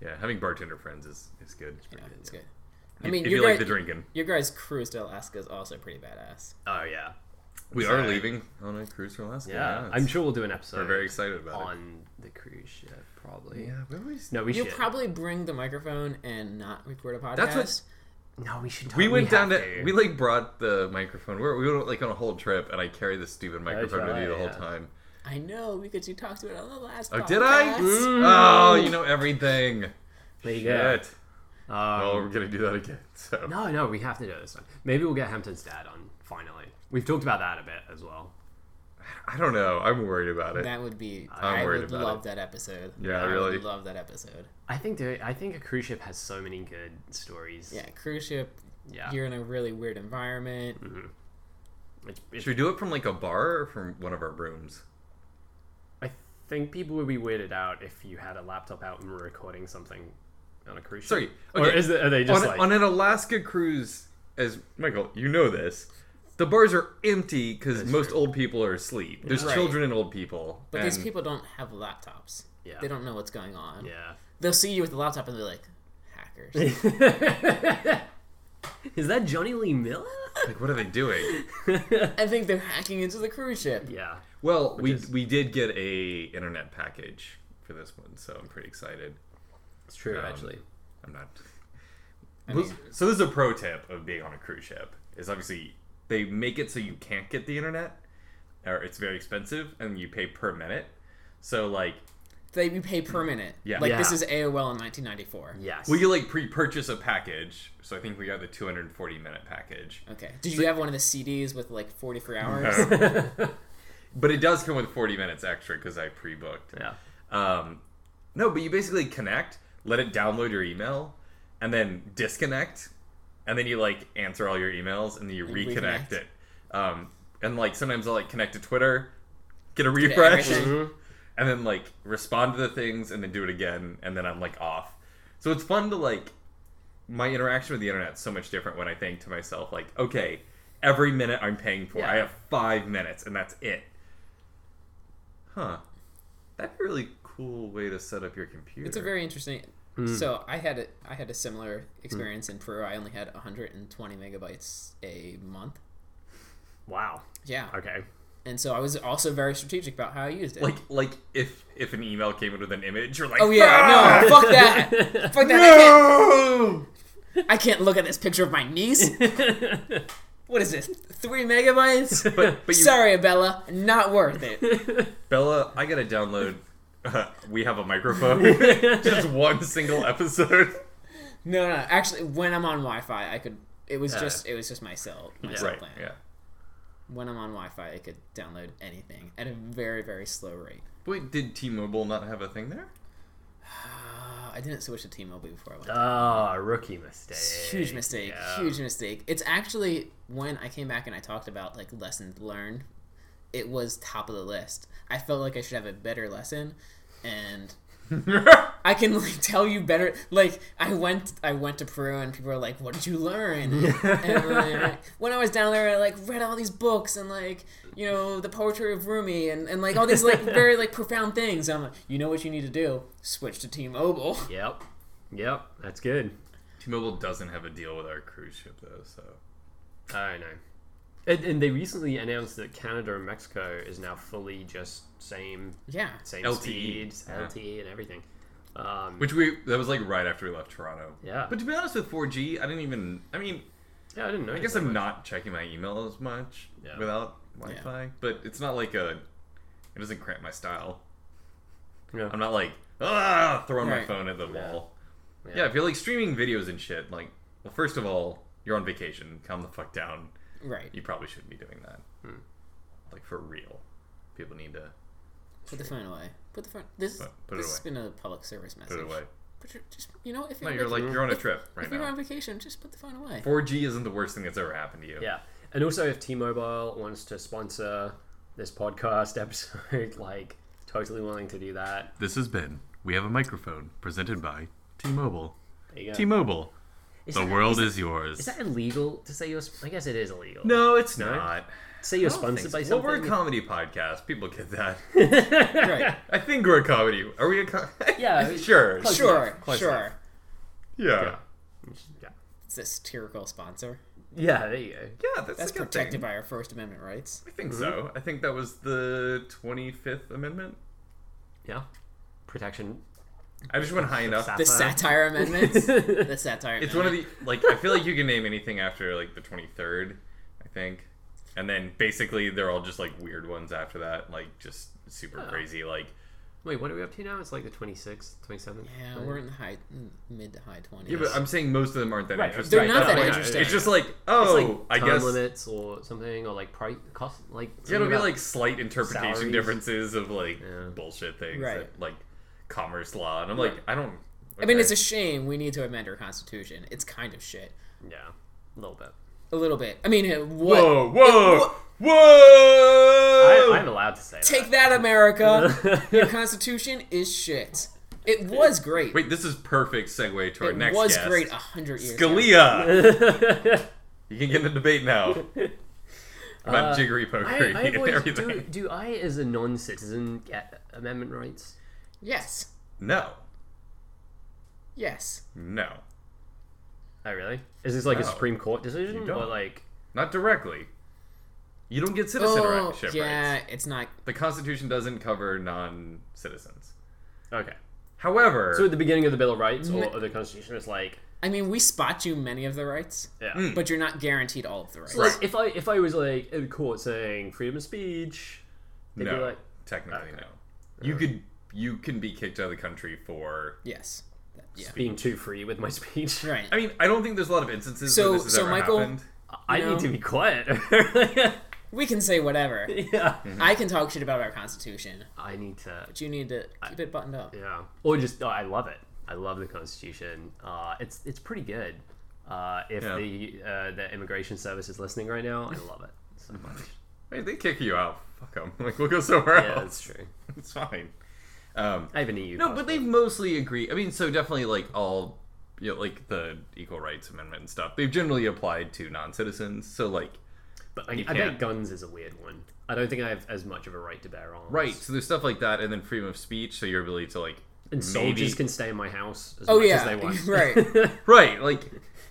[SPEAKER 1] yeah, having bartender friends is is good.
[SPEAKER 2] Yeah, it's good.
[SPEAKER 1] If-
[SPEAKER 2] I mean,
[SPEAKER 1] if
[SPEAKER 2] your
[SPEAKER 1] you like
[SPEAKER 2] guy-
[SPEAKER 1] the drinking,
[SPEAKER 2] Your guys' cruise to Alaska is also pretty badass.
[SPEAKER 3] Oh yeah,
[SPEAKER 1] we
[SPEAKER 3] Sorry.
[SPEAKER 1] are leaving on a cruise from Alaska.
[SPEAKER 3] yeah.
[SPEAKER 1] it's-
[SPEAKER 3] I'm sure we'll do an episode.
[SPEAKER 1] we're very excited about it.
[SPEAKER 3] on the cruise ship probably.
[SPEAKER 1] Yeah, we always.
[SPEAKER 3] No, we
[SPEAKER 2] You'll
[SPEAKER 3] should.
[SPEAKER 2] probably bring the microphone and not record a podcast.
[SPEAKER 1] That's what-
[SPEAKER 3] no, we should.
[SPEAKER 1] We
[SPEAKER 3] totally
[SPEAKER 1] went down
[SPEAKER 3] have
[SPEAKER 1] to, we like brought the microphone. We were, we were like on a whole trip, and I carried this stupid microphone with
[SPEAKER 3] right,
[SPEAKER 1] me the whole
[SPEAKER 3] yeah.
[SPEAKER 1] time.
[SPEAKER 2] I know because you talked about it on the last.
[SPEAKER 1] Oh, did I?
[SPEAKER 2] podcast.
[SPEAKER 1] Oh, you know everything.
[SPEAKER 3] There you go.
[SPEAKER 1] Shit.
[SPEAKER 3] Um,
[SPEAKER 1] Oh, we're gonna do that again. [laughs] So
[SPEAKER 3] No, no, we have to do it this one. Maybe we'll get Hampton's dad on finally. We've talked about that a bit as well.
[SPEAKER 1] I don't know. I'm worried about it.
[SPEAKER 2] That would be.
[SPEAKER 1] I'm
[SPEAKER 2] i
[SPEAKER 1] worried
[SPEAKER 2] would
[SPEAKER 1] about
[SPEAKER 2] love that episode.
[SPEAKER 1] Yeah,
[SPEAKER 2] I
[SPEAKER 1] really.
[SPEAKER 2] Would love that episode.
[SPEAKER 3] I think there, I think a cruise ship has so many good stories.
[SPEAKER 2] Yeah, cruise ship.
[SPEAKER 3] yeah.
[SPEAKER 2] You're in a really weird environment.
[SPEAKER 3] It's- it's-
[SPEAKER 1] Should we do it from like a bar or from one of our rooms?
[SPEAKER 3] I think people would be weirded out if you had a laptop out and were recording something on a cruise ship.
[SPEAKER 1] Sorry,
[SPEAKER 3] Or
[SPEAKER 1] okay.
[SPEAKER 3] is it, are they
[SPEAKER 1] On,
[SPEAKER 3] just like
[SPEAKER 1] on an Alaska cruise, as Michael, you know this, the bars are empty because most old people are asleep. There's
[SPEAKER 2] Right.
[SPEAKER 1] children and old people.
[SPEAKER 2] But these
[SPEAKER 1] and-
[SPEAKER 2] people don't have laptops.
[SPEAKER 3] Yeah.
[SPEAKER 2] They don't know what's going on.
[SPEAKER 3] yeah? [laughs]
[SPEAKER 2] They'll see you with the laptop and they're like,
[SPEAKER 1] [laughs]
[SPEAKER 2] hackers.
[SPEAKER 3] Is that Johnny Lee Miller?
[SPEAKER 1] like, what are they doing?
[SPEAKER 2] I think they're hacking into the cruise ship.
[SPEAKER 3] yeah.
[SPEAKER 1] Well, we
[SPEAKER 3] is-
[SPEAKER 1] we did get a internet package for this one, so I'm pretty excited.
[SPEAKER 3] It's true
[SPEAKER 1] Um,
[SPEAKER 3] actually.
[SPEAKER 1] I'm not.
[SPEAKER 2] I
[SPEAKER 1] Well,
[SPEAKER 2] mean,
[SPEAKER 1] so this is a pro tip of being on a cruise ship is obviously they make it so you can't get the internet or it's very expensive and you pay per minute so like
[SPEAKER 2] they we pay per minute.
[SPEAKER 1] Yeah.
[SPEAKER 2] Like this
[SPEAKER 3] Yeah.
[SPEAKER 2] is AOL in 1994.
[SPEAKER 3] Yes.
[SPEAKER 1] well you like pre-purchase a package so i think we got the 240 minute package
[SPEAKER 2] Okay. Did you have one of the CDs with like 44 hours?
[SPEAKER 1] but it does come with 40 minutes extra because i pre-booked
[SPEAKER 3] yeah.
[SPEAKER 1] um, no but you basically connect let it download your email and then disconnect and then you like answer all your emails and then you reconnect
[SPEAKER 2] reconnect.
[SPEAKER 1] it um, and like sometimes i'll like connect to twitter get a refresh
[SPEAKER 2] everything.
[SPEAKER 1] and then like respond to the things and then do it again and then i'm like off so it's fun to like my interaction with the internet's so much different when i think to myself like okay every minute i'm paying for i
[SPEAKER 3] Yeah.
[SPEAKER 1] have five minutes and that's it huh that'd be a really cool way to set up your computer
[SPEAKER 2] It's a very interesting.
[SPEAKER 1] Hmm.
[SPEAKER 2] So I had a I had a similar experience in Peru. I only had 120 megabytes a month.
[SPEAKER 3] Wow.
[SPEAKER 2] Yeah,
[SPEAKER 3] Okay.
[SPEAKER 2] and so I was also very strategic about how I used it.
[SPEAKER 1] like like if if an email came in with an image you're like "Ah, [laughs]
[SPEAKER 2] oh yeah, no, fuck that, fuck that.
[SPEAKER 1] no!
[SPEAKER 2] I, can't, I can't look at this picture of my
[SPEAKER 1] [laughs]
[SPEAKER 2] niece. what is this? Three megabytes?
[SPEAKER 1] [laughs] but but you,
[SPEAKER 2] Sorry, Bella, not worth it.
[SPEAKER 1] Bella, I gotta download. [laughs] uh, we have a microphone.
[SPEAKER 2] [laughs]
[SPEAKER 1] Just one single episode.
[SPEAKER 2] No, no. Actually, when I'm on Wi-Fi, I could. It was
[SPEAKER 3] Yeah.
[SPEAKER 2] just it was just my cell my cell
[SPEAKER 1] Right.
[SPEAKER 2] plan.
[SPEAKER 1] Yeah.
[SPEAKER 2] When I'm on Wi-Fi, I could download anything at a very very slow rate.
[SPEAKER 1] Wait, did T-Mobile not have a thing there?
[SPEAKER 2] Ah, I didn't switch to T-Mobile before I went.
[SPEAKER 3] [laughs] Ah, rookie mistake.
[SPEAKER 2] huge mistake
[SPEAKER 3] eh, Yeah.
[SPEAKER 2] huge mistake it's actually when i came back and i talked about like lessons learned it was top of the list i felt like i should have a better lesson and i can like tell you better like i went i went to peru and people were like what did you learn and like, when i was down there i like read all these books and like you know the poetry of rumi and, and like all these like very like profound things and i'm like you know what you need to do switch to t-mobile [laughs]
[SPEAKER 3] Yep. Yep. That's good.
[SPEAKER 1] T-Mobile doesn't have a deal with our cruise ship though, so
[SPEAKER 3] I know. And, and they recently announced that Canada and Mexico is now fully just same
[SPEAKER 2] yeah
[SPEAKER 3] same
[SPEAKER 1] LTE.
[SPEAKER 3] speeds,
[SPEAKER 1] E. Yeah.
[SPEAKER 3] LTE, and everything. Um,
[SPEAKER 1] which we that was like right after we left Toronto.
[SPEAKER 3] Yeah.
[SPEAKER 1] But to be honest with 4G, I didn't even. I mean,
[SPEAKER 3] yeah, I didn't know.
[SPEAKER 1] I guess I'm not checking my email as much
[SPEAKER 3] Yeah.
[SPEAKER 1] without Wi-Fi, but it's not like a. It doesn't cramp my style.
[SPEAKER 3] Yeah.
[SPEAKER 1] I'm not like ah throwing my
[SPEAKER 2] Right.
[SPEAKER 1] phone at the wall.
[SPEAKER 3] Yeah.
[SPEAKER 1] Yeah. if you're like streaming videos and shit, like, well, first of all, you're on vacation. Calm the fuck down.
[SPEAKER 2] right
[SPEAKER 1] You probably shouldn't be doing that.
[SPEAKER 3] Hmm.
[SPEAKER 1] Like for real, people need to
[SPEAKER 2] Put the phone away. Put the phone. This
[SPEAKER 1] Put- put it
[SPEAKER 2] this has
[SPEAKER 1] away.
[SPEAKER 2] been a public service message.
[SPEAKER 1] put it away.
[SPEAKER 2] Put your, just you know if
[SPEAKER 1] No,
[SPEAKER 2] you're,
[SPEAKER 1] you're like
[SPEAKER 2] vac-
[SPEAKER 1] you're on a trip
[SPEAKER 2] [laughs] if
[SPEAKER 1] right
[SPEAKER 2] you're
[SPEAKER 1] now.
[SPEAKER 2] on vacation, just put the phone
[SPEAKER 1] [laughs]
[SPEAKER 2] away.
[SPEAKER 1] 4G isn't the worst thing that's ever happened to you.
[SPEAKER 3] Yeah. And also, if T-Mobile wants to sponsor this podcast [laughs] episode, like, totally willing to do that.
[SPEAKER 1] This has been We Have a Microphone presented by T-Mobile.
[SPEAKER 3] There you go.
[SPEAKER 1] T-Mobile,
[SPEAKER 3] Is
[SPEAKER 1] the
[SPEAKER 3] that-
[SPEAKER 1] world
[SPEAKER 3] is,
[SPEAKER 1] is yours.
[SPEAKER 3] Is that illegal to say you're? sp- I guess it is illegal.
[SPEAKER 1] no, it's
[SPEAKER 3] No?
[SPEAKER 1] not.
[SPEAKER 3] Say you're
[SPEAKER 1] I don't think
[SPEAKER 3] sponsored by
[SPEAKER 1] so.
[SPEAKER 3] something.
[SPEAKER 1] Well, we're a comedy podcast. People get that. [laughs]
[SPEAKER 2] right.
[SPEAKER 1] I think we're a comedy. Are we a [laughs] comedy?
[SPEAKER 3] Yeah.
[SPEAKER 1] sure.
[SPEAKER 3] Close
[SPEAKER 2] Sure.
[SPEAKER 1] Close
[SPEAKER 2] sure.
[SPEAKER 1] enough. Yeah.
[SPEAKER 3] yeah.
[SPEAKER 2] It's a satirical sponsor.
[SPEAKER 3] Yeah. There you go.
[SPEAKER 1] Yeah, that's,
[SPEAKER 2] That's
[SPEAKER 1] a good
[SPEAKER 2] protected
[SPEAKER 1] thing.
[SPEAKER 2] by our First Amendment rights.
[SPEAKER 1] I think so. I think that was the 25th Amendment.
[SPEAKER 3] Yeah. Protection.
[SPEAKER 1] I just went high enough.
[SPEAKER 3] Sat-
[SPEAKER 2] The
[SPEAKER 3] Uh-huh.
[SPEAKER 1] [laughs]
[SPEAKER 2] satire amendments. the satire.
[SPEAKER 1] It's one of the like I feel like you can name anything after like the 23rd, I think. And then basically they're all just like weird ones after that, like just super
[SPEAKER 3] Oh.
[SPEAKER 1] crazy like
[SPEAKER 3] Wait, what are we up to now? It's like the 26th, 27th.
[SPEAKER 2] Yeah, we're in the high, mm, mid to high twenties.
[SPEAKER 1] Yeah, but I'm saying most of them aren't that
[SPEAKER 3] Right,
[SPEAKER 1] interesting.
[SPEAKER 2] they're not
[SPEAKER 1] That's
[SPEAKER 2] that
[SPEAKER 1] why-
[SPEAKER 2] interesting.
[SPEAKER 1] It's just like, oh,
[SPEAKER 3] It's like
[SPEAKER 1] I
[SPEAKER 3] time
[SPEAKER 1] guess
[SPEAKER 3] limits or something, or like price cost, like
[SPEAKER 1] yeah, it'll
[SPEAKER 3] something
[SPEAKER 1] be
[SPEAKER 3] about-
[SPEAKER 1] like slight interpretation
[SPEAKER 3] salaries.
[SPEAKER 1] differences of like
[SPEAKER 3] Yeah.
[SPEAKER 1] bullshit things
[SPEAKER 2] Right.
[SPEAKER 1] that, like commerce law and I'm like, I don't
[SPEAKER 2] I mean,
[SPEAKER 1] okay.
[SPEAKER 2] it's a shame we need to amend our constitution. It's kind of shit.
[SPEAKER 3] yeah, a little bit.
[SPEAKER 2] A little bit. I mean, uh, what?
[SPEAKER 1] Whoa, whoa, whoa! Oh.
[SPEAKER 3] I, I'm allowed to say [laughs]
[SPEAKER 2] Take that, America.
[SPEAKER 1] [laughs]
[SPEAKER 2] Your constitution is shit. It was great.
[SPEAKER 1] Wait, this is perfect segue to our
[SPEAKER 2] it
[SPEAKER 1] next
[SPEAKER 2] was
[SPEAKER 1] guest.
[SPEAKER 2] great a hundred years. ago.
[SPEAKER 1] Scalia.
[SPEAKER 3] that.
[SPEAKER 1] You can get in a debate now about
[SPEAKER 3] Uh,
[SPEAKER 1] jiggery pokery
[SPEAKER 3] I, I've
[SPEAKER 1] and
[SPEAKER 3] always-
[SPEAKER 1] everything.
[SPEAKER 3] do, do I, as a non-citizen, get amendment rights?
[SPEAKER 2] Yes.
[SPEAKER 1] No,
[SPEAKER 2] Yes.
[SPEAKER 1] no,
[SPEAKER 3] Oh, really? Is this like a
[SPEAKER 1] No.
[SPEAKER 3] Supreme Court decision,
[SPEAKER 1] You don't.
[SPEAKER 3] or like?
[SPEAKER 1] not directly. You don't get citizenship
[SPEAKER 2] Oh, yeah,
[SPEAKER 1] rights.
[SPEAKER 2] it's not.
[SPEAKER 1] The Constitution doesn't cover non-citizens.
[SPEAKER 3] Okay.
[SPEAKER 1] However,
[SPEAKER 3] So at the beginning of the Bill of Rights or,
[SPEAKER 2] Mm.
[SPEAKER 3] or the Constitution, it's like,
[SPEAKER 2] I mean, we spot you many of the rights,
[SPEAKER 3] yeah.
[SPEAKER 1] Mm,
[SPEAKER 2] but you're not guaranteed all of the rights.
[SPEAKER 3] Like, if I if I was like in court saying freedom of speech, they'd be
[SPEAKER 1] no,
[SPEAKER 3] like,
[SPEAKER 1] technically
[SPEAKER 3] Okay.
[SPEAKER 1] no. You could you can be kicked out of the country for.
[SPEAKER 2] Yes. That- Yeah.
[SPEAKER 3] being too free with my speech.
[SPEAKER 2] Right.
[SPEAKER 1] I mean, I don't think there's a lot of instances
[SPEAKER 2] So-
[SPEAKER 1] where this has
[SPEAKER 2] so
[SPEAKER 1] ever
[SPEAKER 2] Michael-
[SPEAKER 1] happened.
[SPEAKER 3] I
[SPEAKER 2] You know?
[SPEAKER 3] need to be quiet. [laughs]
[SPEAKER 2] we can say whatever.
[SPEAKER 1] [laughs]
[SPEAKER 3] yeah.
[SPEAKER 2] I can talk shit about our constitution,
[SPEAKER 3] I need to.
[SPEAKER 2] but you need to keep it buttoned up.
[SPEAKER 3] Yeah. Or just oh, I love it. I love the Constitution. Uh, it's it's pretty good. Uh, if
[SPEAKER 1] Yeah.
[SPEAKER 3] the uh, the immigration service is listening right now, I love it so much.
[SPEAKER 1] Wait, they kick you out. Fuck them. [laughs] Like we'll go somewhere
[SPEAKER 3] Yeah,
[SPEAKER 1] else.
[SPEAKER 3] that's true.
[SPEAKER 1] It's fine. Um,
[SPEAKER 3] I have an E EU.
[SPEAKER 1] No, but they mostly agree. I mean, so definitely like all, you know, like the Equal Rights Amendment and stuff. They've generally applied to non-citizens. So like,
[SPEAKER 3] But I, I
[SPEAKER 1] can't.
[SPEAKER 3] bet guns is a weird one. I don't think I have as much of a right to bear arms.
[SPEAKER 1] right. So there's stuff like that, and then freedom of speech. So your ability to like,
[SPEAKER 3] And soldiers
[SPEAKER 1] maybe-
[SPEAKER 3] can stay in my house as
[SPEAKER 2] Oh
[SPEAKER 3] much as
[SPEAKER 2] yeah.
[SPEAKER 3] they want.
[SPEAKER 2] [laughs] right.
[SPEAKER 1] right,
[SPEAKER 2] [laughs]
[SPEAKER 1] like,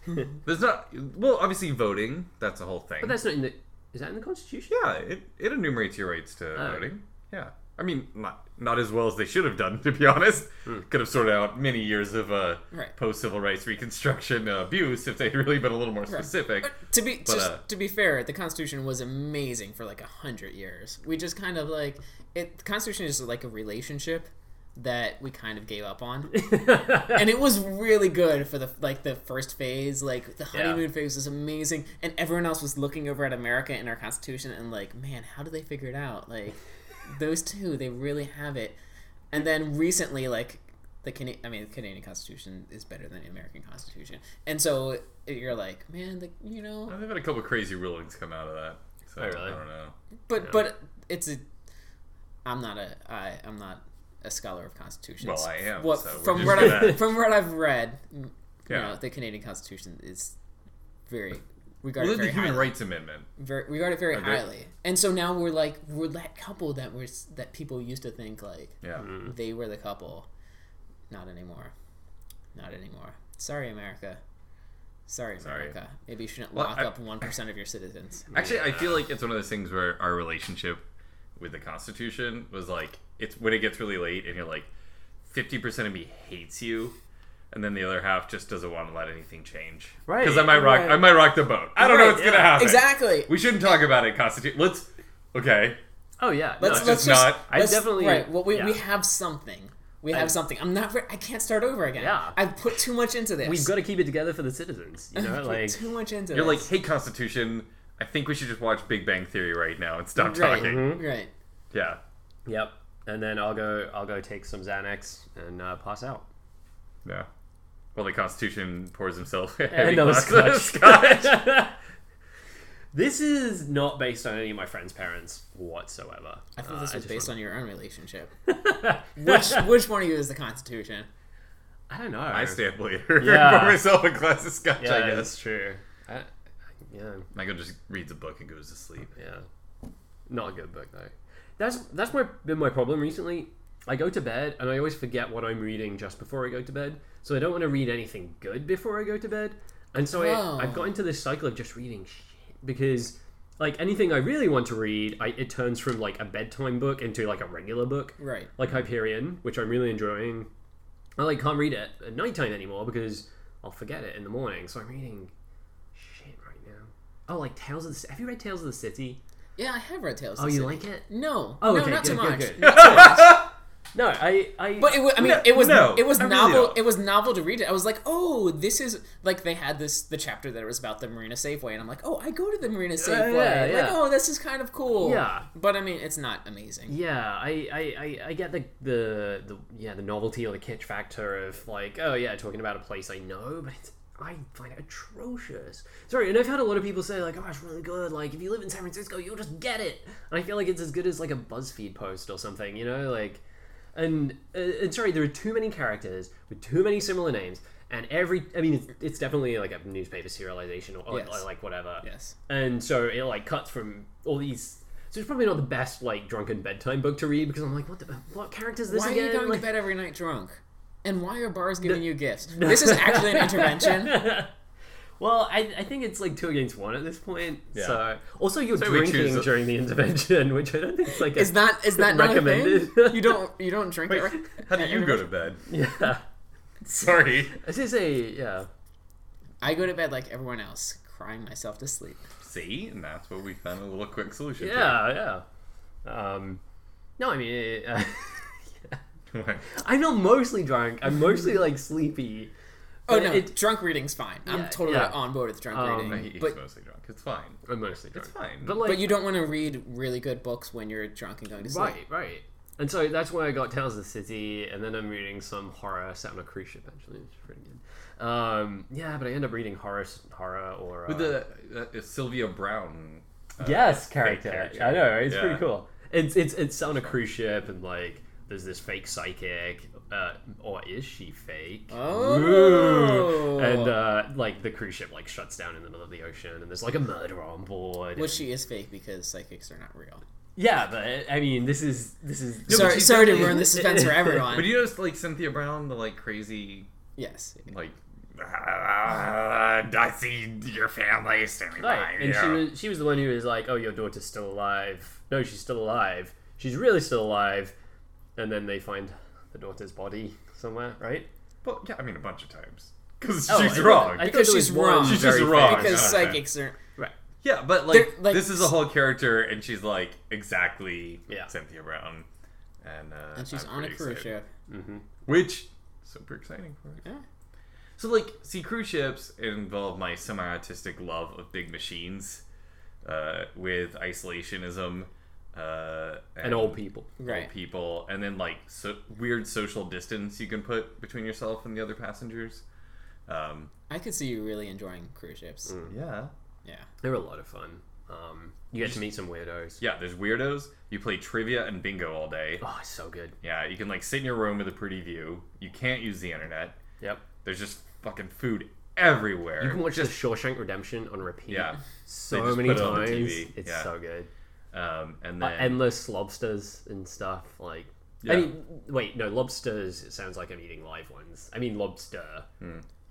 [SPEAKER 1] there's not. Well, obviously voting. That's a whole thing.
[SPEAKER 3] [laughs] But that's not in the. Is that in the Constitution?
[SPEAKER 1] yeah, it, it enumerates your rights to
[SPEAKER 3] Oh.
[SPEAKER 1] voting. Yeah. I mean, not not as well as they should have done, [laughs] to be honest. Could have sorted out many years of uh,
[SPEAKER 2] Hmm. Right.
[SPEAKER 1] post civil rights reconstruction uh, abuse if they'd [laughs] really been a little more specific.
[SPEAKER 2] To be just,
[SPEAKER 1] uh,
[SPEAKER 2] to be fair, the Constitution was amazing for like a hundred years. We just kind of like it. The Constitution is like a relationship that we kind of gave up on, and it was really good for the like the first phase. Like the honeymoon phase was amazing, and everyone else was looking over at America and our Constitution and like, man, how did they figure it out? Like those two, they really have it. And then recently, like the Cana- I mean, the Canadian Constitution is better than the American Constitution, and so you're like, man, the, you know,
[SPEAKER 1] I've had a couple crazy rulings come out of that. So
[SPEAKER 3] Oh, really?
[SPEAKER 1] I don't know.
[SPEAKER 2] but but it's a. I'm not a I I'm not a scholar of constitutions.
[SPEAKER 1] Well, I am,
[SPEAKER 2] What,
[SPEAKER 1] so we're
[SPEAKER 2] from
[SPEAKER 1] just
[SPEAKER 2] what
[SPEAKER 1] gonna-
[SPEAKER 2] I from what I've read, you
[SPEAKER 1] [laughs] Yeah.
[SPEAKER 2] [laughs] know, the Canadian Constitution is very
[SPEAKER 1] Well,
[SPEAKER 2] regarded
[SPEAKER 1] then the
[SPEAKER 2] very
[SPEAKER 1] Human
[SPEAKER 2] highly.
[SPEAKER 1] Rights Amendment.
[SPEAKER 2] very, regard it very
[SPEAKER 1] Agree.
[SPEAKER 2] highly. And so now we're like we're that couple that we're s- that people used to think like
[SPEAKER 1] Yeah.
[SPEAKER 3] Mm-hmm.
[SPEAKER 2] they were the couple. Not anymore. Not anymore. Sorry, America. Sorry,
[SPEAKER 1] Sorry.
[SPEAKER 2] America. Maybe you shouldn't
[SPEAKER 1] Well,
[SPEAKER 2] lock
[SPEAKER 1] I-
[SPEAKER 2] up one percent of your
[SPEAKER 3] [laughs]
[SPEAKER 2] citizens.
[SPEAKER 1] Actually, I feel like it's one of those things where our relationship with the Constitution was like it's when it gets really late and you're like, fifty percent of me hates you, and then the other half just doesn't want to let anything change.
[SPEAKER 3] Right,
[SPEAKER 1] Because I might rock.
[SPEAKER 3] right.
[SPEAKER 1] I might rock the boat. I don't know
[SPEAKER 3] Right,
[SPEAKER 1] what's
[SPEAKER 3] yeah.
[SPEAKER 1] gonna happen.
[SPEAKER 2] Exactly.
[SPEAKER 1] We shouldn't talk about it. Constitution. Let's. Okay.
[SPEAKER 3] Oh yeah.
[SPEAKER 2] Let's
[SPEAKER 3] no,
[SPEAKER 1] just
[SPEAKER 2] let's just
[SPEAKER 1] not-
[SPEAKER 3] I
[SPEAKER 2] let's-
[SPEAKER 3] definitely-
[SPEAKER 2] right. Well, we, we
[SPEAKER 3] yeah.
[SPEAKER 2] have something. We have something. I'm not. Re- I can't start over again.
[SPEAKER 3] Yeah.
[SPEAKER 2] I've put too much into this. [laughs]
[SPEAKER 3] we've got to keep it together for the citizens. You know,
[SPEAKER 2] Put
[SPEAKER 3] like
[SPEAKER 2] too much into
[SPEAKER 1] You're like,
[SPEAKER 2] this.
[SPEAKER 1] hey, Constitution. I think we should just watch Big Bang Theory right now and stop
[SPEAKER 2] right,
[SPEAKER 1] talking.
[SPEAKER 3] Mm-hmm.
[SPEAKER 2] right.
[SPEAKER 1] Yeah.
[SPEAKER 3] yep. And then I'll go. I'll go take some Xanax and uh, pass out.
[SPEAKER 1] Yeah. Well, the Constitution pours himself [laughs] a heavy
[SPEAKER 3] Another
[SPEAKER 1] glass of
[SPEAKER 3] scotch.
[SPEAKER 1] scotch.
[SPEAKER 3] [laughs] this is not based on any of my friends' parents whatsoever. Uh,
[SPEAKER 2] I thought this was based on your own
[SPEAKER 3] [laughs]
[SPEAKER 2] relationship. which which one of you is the Constitution?
[SPEAKER 3] I don't know.
[SPEAKER 1] I stand later.
[SPEAKER 3] Yeah.
[SPEAKER 1] Pour myself a glass of scotch.
[SPEAKER 3] Yeah,
[SPEAKER 1] I guess.
[SPEAKER 3] that's true. I, I- yeah,
[SPEAKER 1] Michael just reads a book and goes to sleep.
[SPEAKER 3] yeah. Not a good book though. That's that's my been my problem recently. I go to bed and I always forget what I'm reading just before I go to bed. So I don't want to read anything good before I go to bed. And so
[SPEAKER 2] Oh.
[SPEAKER 3] I, I've got into this cycle of just reading shit because like anything I really want to read, I, it turns from like a bedtime book into like a regular book.
[SPEAKER 2] Right.
[SPEAKER 3] like Hyperion, which I'm really enjoying. I like can't read it at nighttime anymore because I'll forget it in the morning. So I'm reading shit right now. Oh, like Tales of the City. Have you read Tales of the City?
[SPEAKER 2] Yeah, I have read Tales.
[SPEAKER 3] Oh, you like it?
[SPEAKER 2] No.
[SPEAKER 3] Oh,
[SPEAKER 2] no,
[SPEAKER 3] okay,
[SPEAKER 2] not too
[SPEAKER 3] good,
[SPEAKER 2] much.
[SPEAKER 3] good, good.
[SPEAKER 2] Not too much.
[SPEAKER 3] No, I, I.
[SPEAKER 2] But it was, I mean,
[SPEAKER 1] No,
[SPEAKER 2] it was
[SPEAKER 1] no,
[SPEAKER 2] it was
[SPEAKER 1] I really
[SPEAKER 2] novel.
[SPEAKER 1] don't.
[SPEAKER 2] it was novel to read it. I was like, oh, this is like they had this the chapter that was about the Marina Safeway, and I'm like, oh, I go to the Marina Safeway.
[SPEAKER 3] yeah,
[SPEAKER 2] Like,
[SPEAKER 3] yeah.
[SPEAKER 2] oh, this is kind of cool.
[SPEAKER 3] Yeah.
[SPEAKER 2] But I mean, it's not amazing.
[SPEAKER 3] yeah, I, I, I, I get the, the, the, yeah, the novelty or the kitsch factor of like, oh yeah, talking about a place I know, but it's, I find it atrocious. Sorry, and I've had a lot of people say like, oh, it's really good. Like, if you live in San Francisco, you'll just get it. And I feel like it's as good as like a BuzzFeed post or something, you know, like, and uh, and sorry, there are too many characters with too many similar names, and every, I mean, it's, it's definitely like a newspaper serialization or, or,
[SPEAKER 2] Yes.
[SPEAKER 3] or like whatever
[SPEAKER 2] Yes.
[SPEAKER 3] and so it like cuts from all these. So it's probably not the best like drunken bedtime book to read because I'm like, what the, what character is this
[SPEAKER 2] Why are
[SPEAKER 3] again?
[SPEAKER 2] you going
[SPEAKER 3] Like-
[SPEAKER 2] to bed every night drunk? And why are bars giving you gifts? This is actually an intervention.
[SPEAKER 3] [laughs] well, I, I think it's like two against one at this point.
[SPEAKER 1] Yeah.
[SPEAKER 3] So also you're
[SPEAKER 1] So we choose
[SPEAKER 3] drinking
[SPEAKER 1] the- [laughs]
[SPEAKER 3] during the intervention, which I don't think is like a,
[SPEAKER 2] Is that is that not a thing?
[SPEAKER 3] Recommended.
[SPEAKER 2] You don't you don't drink it. Right?
[SPEAKER 1] How do you go to bed?
[SPEAKER 3] yeah.
[SPEAKER 1] [laughs]
[SPEAKER 3] [laughs]
[SPEAKER 1] Sorry.
[SPEAKER 3] This is a yeah.
[SPEAKER 2] I go to bed like everyone else, crying myself to sleep.
[SPEAKER 1] See, and that's what we found a little quick solution.
[SPEAKER 3] Yeah, yeah. Um, no, I mean, [laughs] it,
[SPEAKER 1] To.
[SPEAKER 3] uh,
[SPEAKER 1] [laughs]
[SPEAKER 3] I'm not mostly drunk. I'm mostly like sleepy.
[SPEAKER 2] Oh
[SPEAKER 3] But
[SPEAKER 2] no,
[SPEAKER 3] it-
[SPEAKER 2] drunk reading's fine. I'm
[SPEAKER 3] Yeah,
[SPEAKER 2] totally
[SPEAKER 3] yeah.
[SPEAKER 2] on board with drunk
[SPEAKER 3] Um,
[SPEAKER 1] He-
[SPEAKER 2] reading.
[SPEAKER 1] He's
[SPEAKER 2] But
[SPEAKER 1] mostly drunk. It's fine.
[SPEAKER 3] I'm mostly drunk.
[SPEAKER 1] It's fine.
[SPEAKER 3] But like
[SPEAKER 2] But you don't want to read really good books when you're drunk and going to sleep.
[SPEAKER 3] Right, right. And so that's why I got Tales of the City, and then I'm reading some horror. Sat on a cruise ship, actually, it's pretty good. Um, yeah, but I end up reading horror, horror or uh,
[SPEAKER 1] With the uh, uh, Sylvia Brown. uh,
[SPEAKER 3] yes
[SPEAKER 1] character.
[SPEAKER 3] character.
[SPEAKER 1] character.
[SPEAKER 3] I know it's
[SPEAKER 1] Yeah.
[SPEAKER 3] pretty cool. It's it's it's on a cruise ship, and like there's this fake psychic, uh, or is she fake?
[SPEAKER 2] Oh.
[SPEAKER 3] Ooh. and uh, like the cruise ship like shuts down in the middle of the ocean, and there's like a murderer on board.
[SPEAKER 2] Well,
[SPEAKER 3] and-
[SPEAKER 2] she is fake because psychics are not real.
[SPEAKER 3] yeah, but I mean, this is this is
[SPEAKER 1] [laughs] but
[SPEAKER 2] sorry,
[SPEAKER 1] she's
[SPEAKER 2] sorry to
[SPEAKER 1] definitely-
[SPEAKER 2] ruin the suspense for everyone.
[SPEAKER 1] But you notice, like Cynthia Brown, the like crazy,
[SPEAKER 2] yes.
[SPEAKER 1] like. "Ah, I see your family standing
[SPEAKER 3] Right,
[SPEAKER 1] by
[SPEAKER 3] and
[SPEAKER 1] you."
[SPEAKER 3] she was she was the one who was like, "Oh, your daughter's still alive." No, she's still alive. She's really still alive. And then they find the daughter's body somewhere, right?
[SPEAKER 1] Well, yeah, I mean, a bunch of times because
[SPEAKER 3] Oh,
[SPEAKER 1] she's
[SPEAKER 3] I-
[SPEAKER 1] wrong.
[SPEAKER 3] I thought
[SPEAKER 2] Because
[SPEAKER 3] there was
[SPEAKER 2] she's
[SPEAKER 3] one
[SPEAKER 2] wrong.
[SPEAKER 1] She's
[SPEAKER 3] very
[SPEAKER 1] just wrong.
[SPEAKER 3] famous-
[SPEAKER 2] Because
[SPEAKER 1] okay.
[SPEAKER 2] psychics are.
[SPEAKER 3] Right.
[SPEAKER 1] Yeah, but like,
[SPEAKER 2] They're, like,
[SPEAKER 1] this is a whole character, and she's like exactly
[SPEAKER 3] Yeah.
[SPEAKER 1] Cynthia Brown, and uh,
[SPEAKER 2] And she's
[SPEAKER 1] I'm
[SPEAKER 2] on a
[SPEAKER 1] pretty
[SPEAKER 2] cruise
[SPEAKER 1] excited.
[SPEAKER 2] ship.
[SPEAKER 1] which super exciting for us.
[SPEAKER 2] Yeah.
[SPEAKER 1] So like, see, cruise ships involve my semi-autistic love of big machines, uh, with isolationism, uh,
[SPEAKER 3] and old people.
[SPEAKER 1] old
[SPEAKER 2] Right.
[SPEAKER 1] people, and then like so weird social distance you can put between yourself and the other passengers. Um,
[SPEAKER 2] I could see you really enjoying cruise ships.
[SPEAKER 1] yeah,
[SPEAKER 2] Yeah.
[SPEAKER 3] They're a lot of fun. Um, you get to meet some weirdos.
[SPEAKER 1] yeah. There's weirdos. You play trivia and bingo all day.
[SPEAKER 3] Oh, it's so good.
[SPEAKER 1] Yeah, you can like sit in your room with a pretty view. You can't use the internet.
[SPEAKER 3] Yep.
[SPEAKER 1] There's just fucking food everywhere.
[SPEAKER 3] You can watch the Shawshank Redemption on repeat.
[SPEAKER 1] Yeah. They
[SPEAKER 3] So
[SPEAKER 1] just
[SPEAKER 3] many
[SPEAKER 1] put it on
[SPEAKER 3] times.
[SPEAKER 1] TV.
[SPEAKER 3] It's
[SPEAKER 1] Yeah.
[SPEAKER 3] so good.
[SPEAKER 1] um, and
[SPEAKER 3] Uh,
[SPEAKER 1] then
[SPEAKER 3] endless lobsters and stuff. Like,
[SPEAKER 1] Yeah.
[SPEAKER 3] I mean, wait, no, lobsters. It sounds like I'm eating live ones. I mean, lobster.
[SPEAKER 1] Hmm.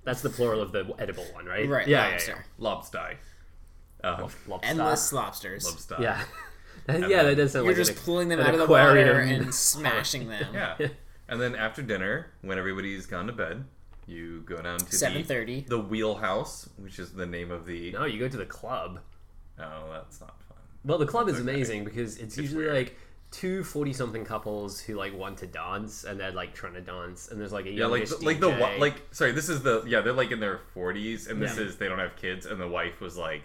[SPEAKER 3] That's the plural of the edible one, right?
[SPEAKER 2] Right.
[SPEAKER 3] Yeah. yeah,
[SPEAKER 2] lobster.
[SPEAKER 3] yeah.
[SPEAKER 1] lobster. Um,
[SPEAKER 3] Lobster.
[SPEAKER 2] Endless lobsters.
[SPEAKER 1] lobster.
[SPEAKER 3] Oh, Yeah. [laughs] yeah, that does sound
[SPEAKER 2] You're
[SPEAKER 3] like
[SPEAKER 2] just
[SPEAKER 3] an,
[SPEAKER 2] pulling them
[SPEAKER 3] an
[SPEAKER 2] out of the
[SPEAKER 3] aquarium.
[SPEAKER 2] water and smashing them.
[SPEAKER 1] Yeah. And then after dinner, when everybody's gone to bed, you go down to the,
[SPEAKER 2] 7:30.
[SPEAKER 1] the wheelhouse, which is the name of the.
[SPEAKER 3] [laughs] No, you go to the club.
[SPEAKER 1] Oh, that's not fun.
[SPEAKER 3] Well, the club is amazing because it's, usually
[SPEAKER 1] weird.
[SPEAKER 3] like two 40 something couples who like want to dance and they're like trying to dance and there's like a
[SPEAKER 1] Yeah, like
[SPEAKER 3] youngish
[SPEAKER 1] like the
[SPEAKER 3] DJ.
[SPEAKER 1] wa- like sorry, this is the yeah they're like in their forties, and this
[SPEAKER 3] Yeah.
[SPEAKER 1] is they don't have kids, and the wife was like,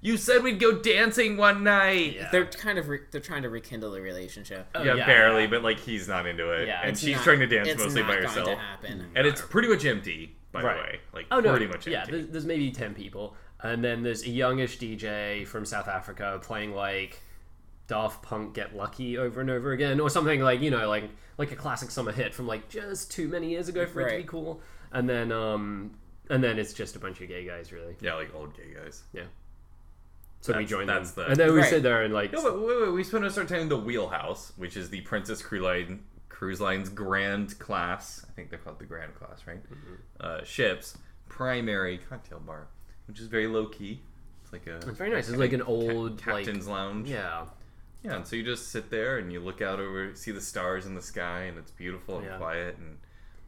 [SPEAKER 1] "You said we'd go dancing one night."
[SPEAKER 3] Yeah.
[SPEAKER 2] They're kind of re- they're trying to rekindle the relationship.
[SPEAKER 3] Oh,
[SPEAKER 1] Yeah, barely,
[SPEAKER 3] yeah.
[SPEAKER 1] but like he's not into it,
[SPEAKER 3] Yeah,
[SPEAKER 1] and
[SPEAKER 3] it's
[SPEAKER 1] she's
[SPEAKER 2] Not-
[SPEAKER 1] trying to dance
[SPEAKER 2] it's
[SPEAKER 1] mostly
[SPEAKER 2] not
[SPEAKER 1] by
[SPEAKER 2] going
[SPEAKER 1] herself,
[SPEAKER 2] To happen.
[SPEAKER 1] and it's pretty much empty, by
[SPEAKER 3] Right.
[SPEAKER 1] the way, like
[SPEAKER 3] Oh no,
[SPEAKER 1] pretty much
[SPEAKER 3] yeah.
[SPEAKER 1] empty.
[SPEAKER 3] There's, there's maybe ten people, and then there's a youngish DJ from South Africa playing like Daft Punk "Get Lucky" over and over again, or something like you know, like like a classic summer hit from like just too many years ago for it to be
[SPEAKER 2] Right.
[SPEAKER 3] cool. And then um, and then it's just a bunch of gay guys, really.
[SPEAKER 1] yeah, like old gay guys.
[SPEAKER 3] Yeah. So we
[SPEAKER 1] That's-
[SPEAKER 3] joined
[SPEAKER 1] that's
[SPEAKER 3] them,
[SPEAKER 1] the-
[SPEAKER 3] and then we
[SPEAKER 2] Right.
[SPEAKER 3] sit there and like
[SPEAKER 1] No, but wait, wait, we spent most of our time in the wheelhouse, which is the Princess Cruise Line Cruise Line's Grand Class. I think they're called the Grand Class, right? Uh, ships primary cocktail bar, which is very low key. It's like a
[SPEAKER 3] it's very nice. It's like an
[SPEAKER 1] ca-
[SPEAKER 3] old like
[SPEAKER 1] captain's lounge.
[SPEAKER 3] yeah.
[SPEAKER 1] Yeah, and so you just sit there and you look out over, see the stars in the sky, and it's beautiful and
[SPEAKER 3] Yeah.
[SPEAKER 1] quiet. And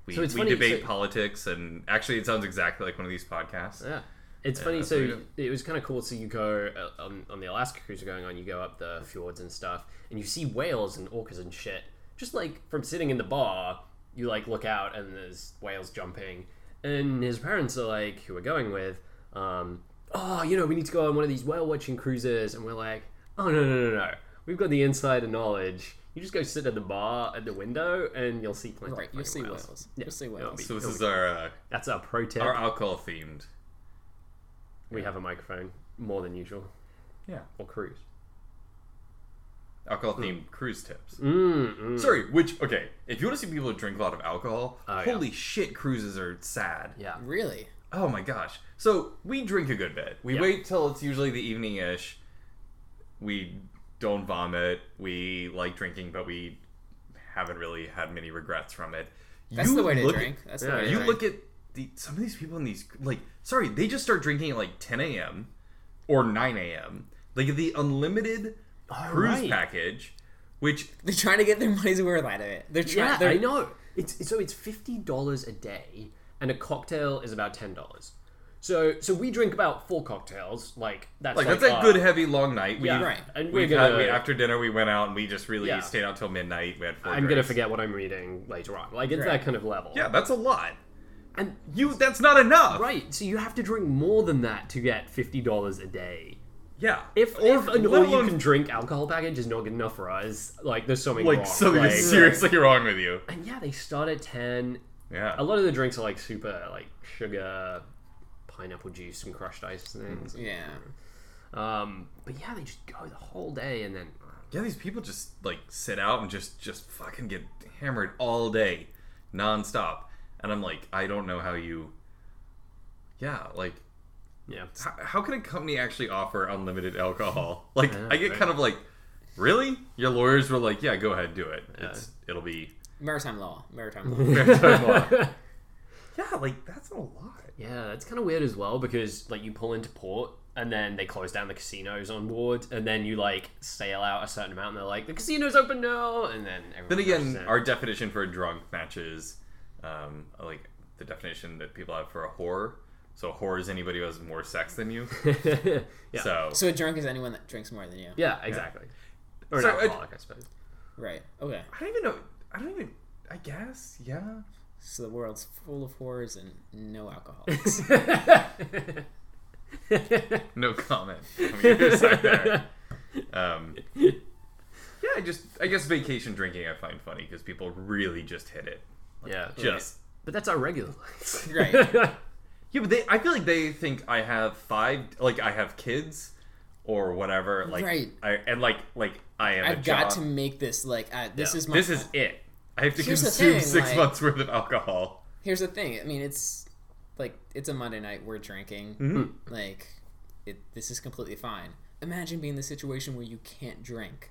[SPEAKER 1] we,
[SPEAKER 3] So it's
[SPEAKER 1] we
[SPEAKER 3] funny,
[SPEAKER 1] debate
[SPEAKER 3] so-
[SPEAKER 1] politics, and actually, it sounds exactly like one of these podcasts.
[SPEAKER 3] Yeah. It's funny.
[SPEAKER 1] that's
[SPEAKER 3] So
[SPEAKER 1] what we do.
[SPEAKER 3] it was kind of cool. So you go uh, on, on the Alaska cruise you're going on. You go up the fjords and stuff, and you see whales and orcas and shit. Just like from sitting in the bar, you like look out and there's whales jumping, and his parents are like, who we're going with, um, oh, you know, we need to go on one of these whale watching cruises, and we're like, oh no no no no, we've got the insider knowledge. You just go sit at the bar at the window, and you'll see plenty.
[SPEAKER 2] Right,
[SPEAKER 3] of
[SPEAKER 2] you'll
[SPEAKER 3] fucking
[SPEAKER 2] see
[SPEAKER 3] whales.
[SPEAKER 2] whales. You'll see
[SPEAKER 3] it'll
[SPEAKER 2] whales.
[SPEAKER 3] be-
[SPEAKER 1] So this
[SPEAKER 3] it'll
[SPEAKER 1] is our uh,
[SPEAKER 3] That's our pro tip.
[SPEAKER 1] our alcohol themed.
[SPEAKER 3] we have a microphone more than usual.
[SPEAKER 1] Yeah.
[SPEAKER 3] or cruise.
[SPEAKER 1] alcohol themed cruise tips.
[SPEAKER 3] Mm, mm.
[SPEAKER 1] Sorry, which okay, if you want to see people who drink a lot of alcohol,
[SPEAKER 3] Oh, yeah.
[SPEAKER 1] holy shit, cruises are sad.
[SPEAKER 3] Yeah.
[SPEAKER 2] Really?
[SPEAKER 1] Oh my gosh. So we drink a good bit. We
[SPEAKER 3] Yeah.
[SPEAKER 1] wait till it's usually the evening ish. We don't vomit. We like drinking, but we haven't really had many regrets from it.
[SPEAKER 2] That's
[SPEAKER 1] You
[SPEAKER 2] the way to
[SPEAKER 1] look-
[SPEAKER 2] drink. That's
[SPEAKER 3] yeah,
[SPEAKER 2] the way to
[SPEAKER 1] You
[SPEAKER 2] drink.
[SPEAKER 1] look at the, some of these people in these like sorry, they just start drinking at like 10 a.m. or 9 a.m. Like the unlimited
[SPEAKER 2] Oh,
[SPEAKER 1] cruise
[SPEAKER 3] right.
[SPEAKER 1] package, which
[SPEAKER 2] They're trying to get their money's worth out of it. They're trying.
[SPEAKER 3] Yeah,
[SPEAKER 2] they're,
[SPEAKER 3] I know. It's so it's fifty dollars a day, and a cocktail is about ten dollars. So so we drink about four cocktails. Like that's
[SPEAKER 1] like,
[SPEAKER 3] like,
[SPEAKER 1] that's a
[SPEAKER 3] our-
[SPEAKER 1] good heavy long night. We,
[SPEAKER 3] Yeah,
[SPEAKER 2] uh, Right.
[SPEAKER 3] And we're
[SPEAKER 1] We've
[SPEAKER 3] gonna.
[SPEAKER 1] had, we, after dinner, we went out and we just really
[SPEAKER 3] Yeah.
[SPEAKER 1] stayed out till midnight. We had four.
[SPEAKER 3] I'm gonna
[SPEAKER 1] drinks.
[SPEAKER 3] forget what I'm reading later on. Like it's
[SPEAKER 2] Right.
[SPEAKER 3] that kind of level.
[SPEAKER 1] Yeah, that's a lot.
[SPEAKER 3] And
[SPEAKER 1] You, that's not enough.
[SPEAKER 3] right, so you have to drink more than that to get fifty dollars a day.
[SPEAKER 1] Yeah.
[SPEAKER 3] If
[SPEAKER 1] Or-
[SPEAKER 3] if an
[SPEAKER 1] let
[SPEAKER 3] all you
[SPEAKER 1] alone-
[SPEAKER 3] can drink alcohol package is not good enough for us, like there's something
[SPEAKER 1] like
[SPEAKER 3] wrong.
[SPEAKER 1] something
[SPEAKER 3] like,
[SPEAKER 1] is seriously [laughs] wrong with you.
[SPEAKER 3] and yeah, they start at ten.
[SPEAKER 1] Yeah.
[SPEAKER 3] A lot of the drinks are like super like sugar, pineapple juice, and crushed ice and
[SPEAKER 1] Mm-hmm.
[SPEAKER 3] things.
[SPEAKER 2] Yeah.
[SPEAKER 3] Um, but yeah, they just go the whole day and then
[SPEAKER 1] Yeah, these people just like sit out and just just fucking get hammered all day, nonstop. And I'm like, I don't know how you. Yeah, like
[SPEAKER 3] yeah,
[SPEAKER 1] how, how can a company actually offer unlimited alcohol? [laughs] Like,
[SPEAKER 3] Yeah,
[SPEAKER 1] I get
[SPEAKER 3] right.
[SPEAKER 1] kind of like, really? Your lawyers were like, yeah, go ahead, do it. It's it'll be
[SPEAKER 2] Maritime law.
[SPEAKER 1] [laughs]
[SPEAKER 2] Maritime law.
[SPEAKER 1] maritime law. Yeah, like that's a lot.
[SPEAKER 3] [laughs]
[SPEAKER 1] [laughs]
[SPEAKER 3] yeah, that's kind of weird as well because like you pull into port and then they close down the casinos on board and then you like sail out a certain amount and they're like the casino's open now and then everyone
[SPEAKER 1] Then
[SPEAKER 3] rushes
[SPEAKER 1] again,
[SPEAKER 3] in.
[SPEAKER 1] our definition for a drunk matches, um, like the definition that people have for a whore. So a whore is anybody who has more sex than you.
[SPEAKER 3] [laughs] yeah,
[SPEAKER 1] So,
[SPEAKER 2] so a drunk is anyone that drinks more than you.
[SPEAKER 3] yeah, exactly. Or an
[SPEAKER 1] So, uh,
[SPEAKER 3] alcoholic, I
[SPEAKER 1] [laughs]
[SPEAKER 3] suppose. [laughs]
[SPEAKER 2] Right. Okay.
[SPEAKER 1] I don't even know. I don't even. I guess yeah.
[SPEAKER 2] So the world's full of whores and
[SPEAKER 1] [laughs]
[SPEAKER 2] no alcoholics.
[SPEAKER 1] [laughs] No comment. from either side there. Um, I just I guess vacation drinking I find funny because people really just hit it.
[SPEAKER 3] Yeah.
[SPEAKER 1] Just
[SPEAKER 3] But that's our regular life. [laughs]
[SPEAKER 2] Right.
[SPEAKER 1] yeah, but they I feel like they think I have five like I have kids or whatever. Like
[SPEAKER 2] Right.
[SPEAKER 1] I and like like I am. a
[SPEAKER 2] I've got
[SPEAKER 1] job.
[SPEAKER 2] to make this like I, this
[SPEAKER 3] Yeah.
[SPEAKER 2] is my
[SPEAKER 1] This is it. I have to
[SPEAKER 2] Here's the
[SPEAKER 1] consume
[SPEAKER 2] thing,
[SPEAKER 1] six
[SPEAKER 2] like-
[SPEAKER 1] months worth of alcohol.
[SPEAKER 2] here's the thing. I mean, it's like it's a Monday night. We're drinking.
[SPEAKER 1] Mm-hmm.
[SPEAKER 2] Like, it, this is completely fine. Imagine being in the situation where you can't drink.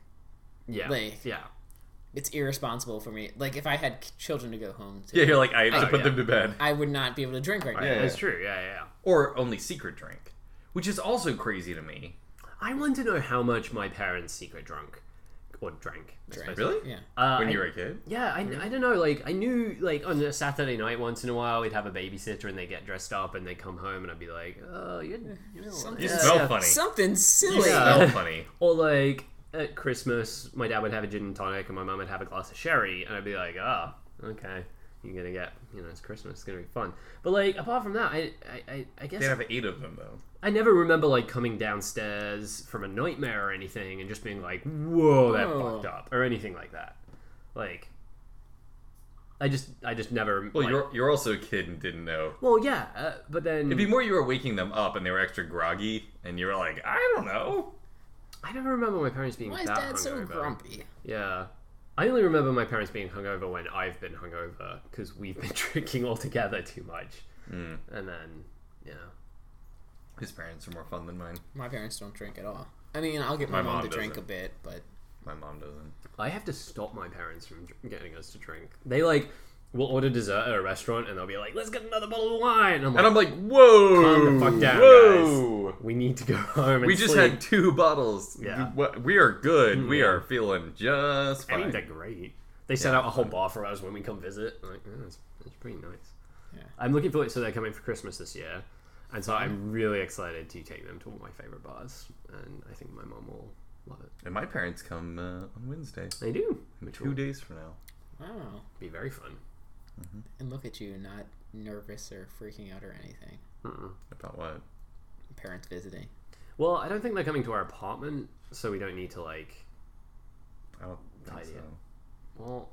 [SPEAKER 3] Yeah.
[SPEAKER 2] Like-
[SPEAKER 3] yeah.
[SPEAKER 2] It's irresponsible for me. Like, if I had k- children to go home to,
[SPEAKER 1] Yeah, you're like I have to
[SPEAKER 3] Oh,
[SPEAKER 1] put
[SPEAKER 3] yeah.
[SPEAKER 1] them to bed.
[SPEAKER 2] I would not be able to drink right
[SPEAKER 1] Yeah.
[SPEAKER 2] now.
[SPEAKER 3] That's true. Yeah, yeah, yeah.
[SPEAKER 1] Or only secret drink. Which is also crazy to me.
[SPEAKER 3] I want to know how much my parents secret drunk or drank. I
[SPEAKER 2] Drank.
[SPEAKER 3] suppose.
[SPEAKER 1] Really?
[SPEAKER 2] Yeah.
[SPEAKER 3] Uh,
[SPEAKER 1] When
[SPEAKER 3] I-
[SPEAKER 1] you were a kid?
[SPEAKER 3] Yeah, I, I don't know. Like, I knew, like, on a Saturday night once in a while, we'd have a babysitter and they get dressed up and they come home and I'd be like, oh, you're,
[SPEAKER 1] Mm,
[SPEAKER 3] you're
[SPEAKER 2] Something-
[SPEAKER 1] You
[SPEAKER 2] Yeah.
[SPEAKER 1] smell funny.
[SPEAKER 2] Something
[SPEAKER 1] You
[SPEAKER 2] silly.
[SPEAKER 3] Yeah.
[SPEAKER 1] smell [laughs] funny.
[SPEAKER 3] Or, like, at Christmas, my dad would have a gin and tonic and my mum would have a glass of sherry and I'd be like, ah, okay, you're going to get, you know, it's Christmas, it's going to be fun. But, like, apart from that, I, I, I, I guess
[SPEAKER 1] They have eight of them though.
[SPEAKER 3] I never remember, like, coming downstairs from a nightmare or anything and just being like, whoa, that
[SPEAKER 2] Oh.
[SPEAKER 3] fucked up or anything like that. Like, I just, I just never.
[SPEAKER 1] Well,
[SPEAKER 3] like-
[SPEAKER 1] you're you're also a kid and didn't know.
[SPEAKER 3] Well, yeah, uh, but then
[SPEAKER 1] It'd be more you were waking them up and they were extra groggy, and you were like, I don't know.
[SPEAKER 3] I never remember my parents being
[SPEAKER 2] Why is
[SPEAKER 3] that
[SPEAKER 2] Dad so
[SPEAKER 3] hungover.
[SPEAKER 2] grumpy?
[SPEAKER 3] Yeah, I only remember my parents being hungover when I've been hungover because we've been [laughs] drinking altogether too much,
[SPEAKER 1] Mm.
[SPEAKER 3] and then yeah,
[SPEAKER 1] His parents are more fun than mine.
[SPEAKER 2] My parents don't drink at all. I mean, I'll get my,
[SPEAKER 1] My
[SPEAKER 2] mom,
[SPEAKER 1] mom
[SPEAKER 2] to drink a
[SPEAKER 1] doesn't.
[SPEAKER 2] bit, but
[SPEAKER 1] My mom doesn't.
[SPEAKER 3] I have to stop my parents from dr- getting us to drink. They like will order dessert at a restaurant and they'll be like, "Let's get another bottle of wine," and I'm like,
[SPEAKER 1] And I'm like, whoa,
[SPEAKER 3] Calm the fuck down,
[SPEAKER 1] whoa.
[SPEAKER 3] "We need to go [laughs] home." And
[SPEAKER 1] We just
[SPEAKER 3] sleep."
[SPEAKER 1] had two bottles.
[SPEAKER 3] Yeah. Mm-hmm.
[SPEAKER 1] Wha- We are good. We are feeling just
[SPEAKER 3] I
[SPEAKER 1] fine.
[SPEAKER 3] think they're great. They set out a whole bar for us when we come visit. I'm Like, oh, that's, that's pretty nice.
[SPEAKER 2] Yeah.
[SPEAKER 3] I'm looking forward. So they're coming for Christmas this year, and so I'm really excited to take them to all my favorite bars, and I think my mom will love it.
[SPEAKER 1] And my parents come uh, on Wednesday,
[SPEAKER 3] They do, which
[SPEAKER 1] two
[SPEAKER 3] will
[SPEAKER 1] days from now.
[SPEAKER 2] wow.
[SPEAKER 3] be very fun.
[SPEAKER 2] And look at you, not nervous or freaking out or anything.
[SPEAKER 1] About what?
[SPEAKER 2] Parents visiting.
[SPEAKER 3] Well, I don't think they're coming to our apartment, so we don't need to like.
[SPEAKER 1] I don't think
[SPEAKER 3] Idea.
[SPEAKER 1] so.
[SPEAKER 3] Well,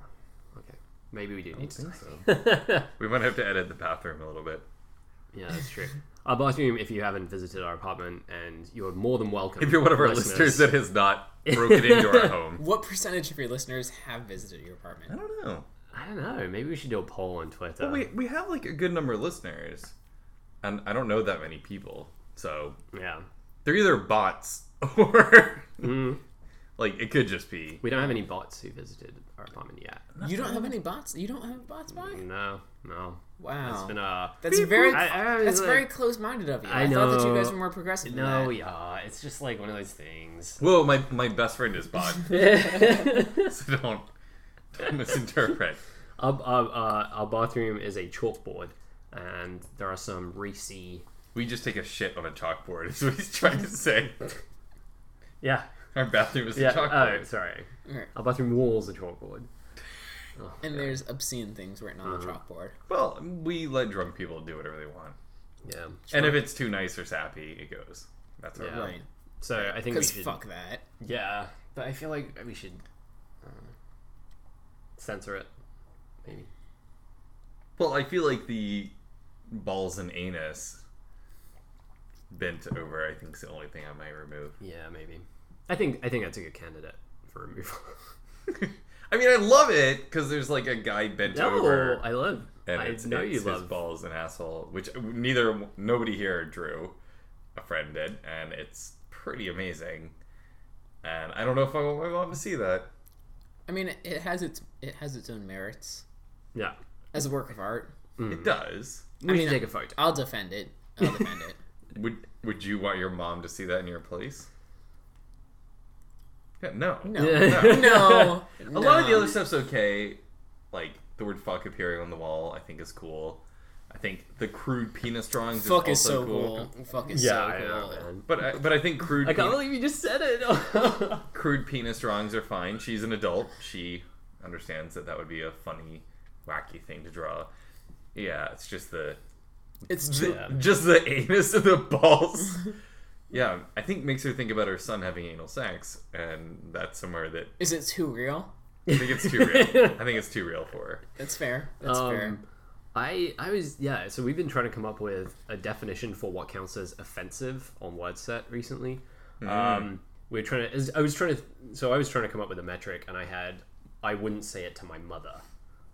[SPEAKER 3] okay, maybe we do
[SPEAKER 1] I
[SPEAKER 3] need
[SPEAKER 1] don't
[SPEAKER 3] to.
[SPEAKER 1] think so. We might have to edit the bathroom a little bit.
[SPEAKER 3] [laughs] yeah, that's true. Our bathroom, if you haven't visited our apartment, and you are more than welcome.
[SPEAKER 1] If you're one of our listeners that has
[SPEAKER 3] [laughs]
[SPEAKER 1] not broken into our home,
[SPEAKER 2] What percentage of your listeners have visited your apartment?
[SPEAKER 1] I don't know.
[SPEAKER 3] I don't know. Maybe we should do a poll on Twitter.
[SPEAKER 1] Well, we we have like a good number of listeners, and I don't know that many people, so
[SPEAKER 3] yeah,
[SPEAKER 1] they're either bots [laughs] or
[SPEAKER 3] Mm.
[SPEAKER 1] like it could just be.
[SPEAKER 3] we don't have any bots who visited our apartment yet.
[SPEAKER 2] You don't have any bots. You don't have bots, Mike.
[SPEAKER 3] No, no.
[SPEAKER 2] Wow,
[SPEAKER 3] It's been a
[SPEAKER 2] that's very
[SPEAKER 3] I- I was
[SPEAKER 2] that's
[SPEAKER 3] like-
[SPEAKER 2] very close-minded of you. I,
[SPEAKER 3] I
[SPEAKER 2] thought that you
[SPEAKER 3] know.
[SPEAKER 2] guys were more progressive. than
[SPEAKER 3] no,
[SPEAKER 2] that.
[SPEAKER 3] yeah. It's just like one of those things.
[SPEAKER 1] Whoa, my my best friend is
[SPEAKER 3] [laughs]
[SPEAKER 1] bot, so don't don't misinterpret.
[SPEAKER 3] our, our, uh, our bathroom is a chalkboard, and there are some Reese.
[SPEAKER 1] We just take a shit on a chalkboard. Is what he's trying to say.
[SPEAKER 3] Yeah,
[SPEAKER 1] Our bathroom is
[SPEAKER 3] yeah.
[SPEAKER 1] a
[SPEAKER 3] Oh,
[SPEAKER 1] chalkboard.
[SPEAKER 3] sorry.
[SPEAKER 2] Alright.
[SPEAKER 3] Our bathroom wall is a chalkboard.
[SPEAKER 2] And there's obscene things written on the
[SPEAKER 1] Mm-hmm.
[SPEAKER 2] chalkboard.
[SPEAKER 1] Well, we let drunk people do whatever they want,
[SPEAKER 3] Yeah.
[SPEAKER 1] and if it's too nice or sappy, it goes. That's all
[SPEAKER 3] Yeah.
[SPEAKER 1] right.
[SPEAKER 2] Right.
[SPEAKER 3] So I think we
[SPEAKER 2] Because
[SPEAKER 3] should.
[SPEAKER 2] fuck that.
[SPEAKER 3] Yeah, but I feel like we should uh, censor it. Maybe.
[SPEAKER 1] Well, I feel like the balls and anus bent over. I think is the only thing I might remove. [laughs]
[SPEAKER 3] Yeah, maybe. I think I think that's a good candidate for removal.
[SPEAKER 1] I mean, I love it because there's like a guy bent
[SPEAKER 3] [laughs] no,
[SPEAKER 1] over,
[SPEAKER 3] I love.
[SPEAKER 1] and
[SPEAKER 3] I
[SPEAKER 1] it's,
[SPEAKER 3] know
[SPEAKER 1] it's
[SPEAKER 3] you
[SPEAKER 1] his
[SPEAKER 3] love.
[SPEAKER 1] balls and asshole, which uh, neither nobody here drew. A friend did, and it's pretty amazing. And I don't know if I want my mom to see that.
[SPEAKER 2] I mean, it has its it has its own merits
[SPEAKER 3] Yeah.
[SPEAKER 2] as a work of art.
[SPEAKER 3] Hmm.
[SPEAKER 1] It does.
[SPEAKER 3] We should take a photo.
[SPEAKER 2] I'll defend it. I'll
[SPEAKER 1] [laughs]
[SPEAKER 2] defend it.
[SPEAKER 1] Would Would you want your mom to see that in your place? Yeah, no.
[SPEAKER 2] No,
[SPEAKER 3] Yeah.
[SPEAKER 2] no.
[SPEAKER 1] A lot of the other stuff's okay. Like the word "fuck" appearing on the wall, I think is cool. I think the crude penis drawings
[SPEAKER 2] fuck
[SPEAKER 1] is
[SPEAKER 2] is
[SPEAKER 1] also
[SPEAKER 2] so cool. Fuck is
[SPEAKER 3] Yeah, I
[SPEAKER 2] so
[SPEAKER 3] know,
[SPEAKER 2] cool.
[SPEAKER 3] man.
[SPEAKER 1] But I, but I think crude
[SPEAKER 3] I can't
[SPEAKER 1] pe-
[SPEAKER 3] believe you just said it. [laughs]
[SPEAKER 1] crude penis drawings are fine. She's an adult. She understands that that would be a funny, wacky thing to draw. Yeah, it's just the [laughs]
[SPEAKER 2] it's true.
[SPEAKER 1] just the anus and the balls. Yeah, I think makes her think about her son having anal sex, and that's somewhere that
[SPEAKER 2] Is it too real?
[SPEAKER 1] I think it's too real. I think it's too real for her.
[SPEAKER 2] That's fair. That's
[SPEAKER 1] Um,
[SPEAKER 2] fair.
[SPEAKER 3] Um, I I was yeah. So we've been trying to come up with a definition for what counts as offensive on WordSet recently.
[SPEAKER 1] Mm.
[SPEAKER 3] Um, we are trying to. as- I was trying to. So I was trying to come up with a metric, and I had I wouldn't say it to my mother.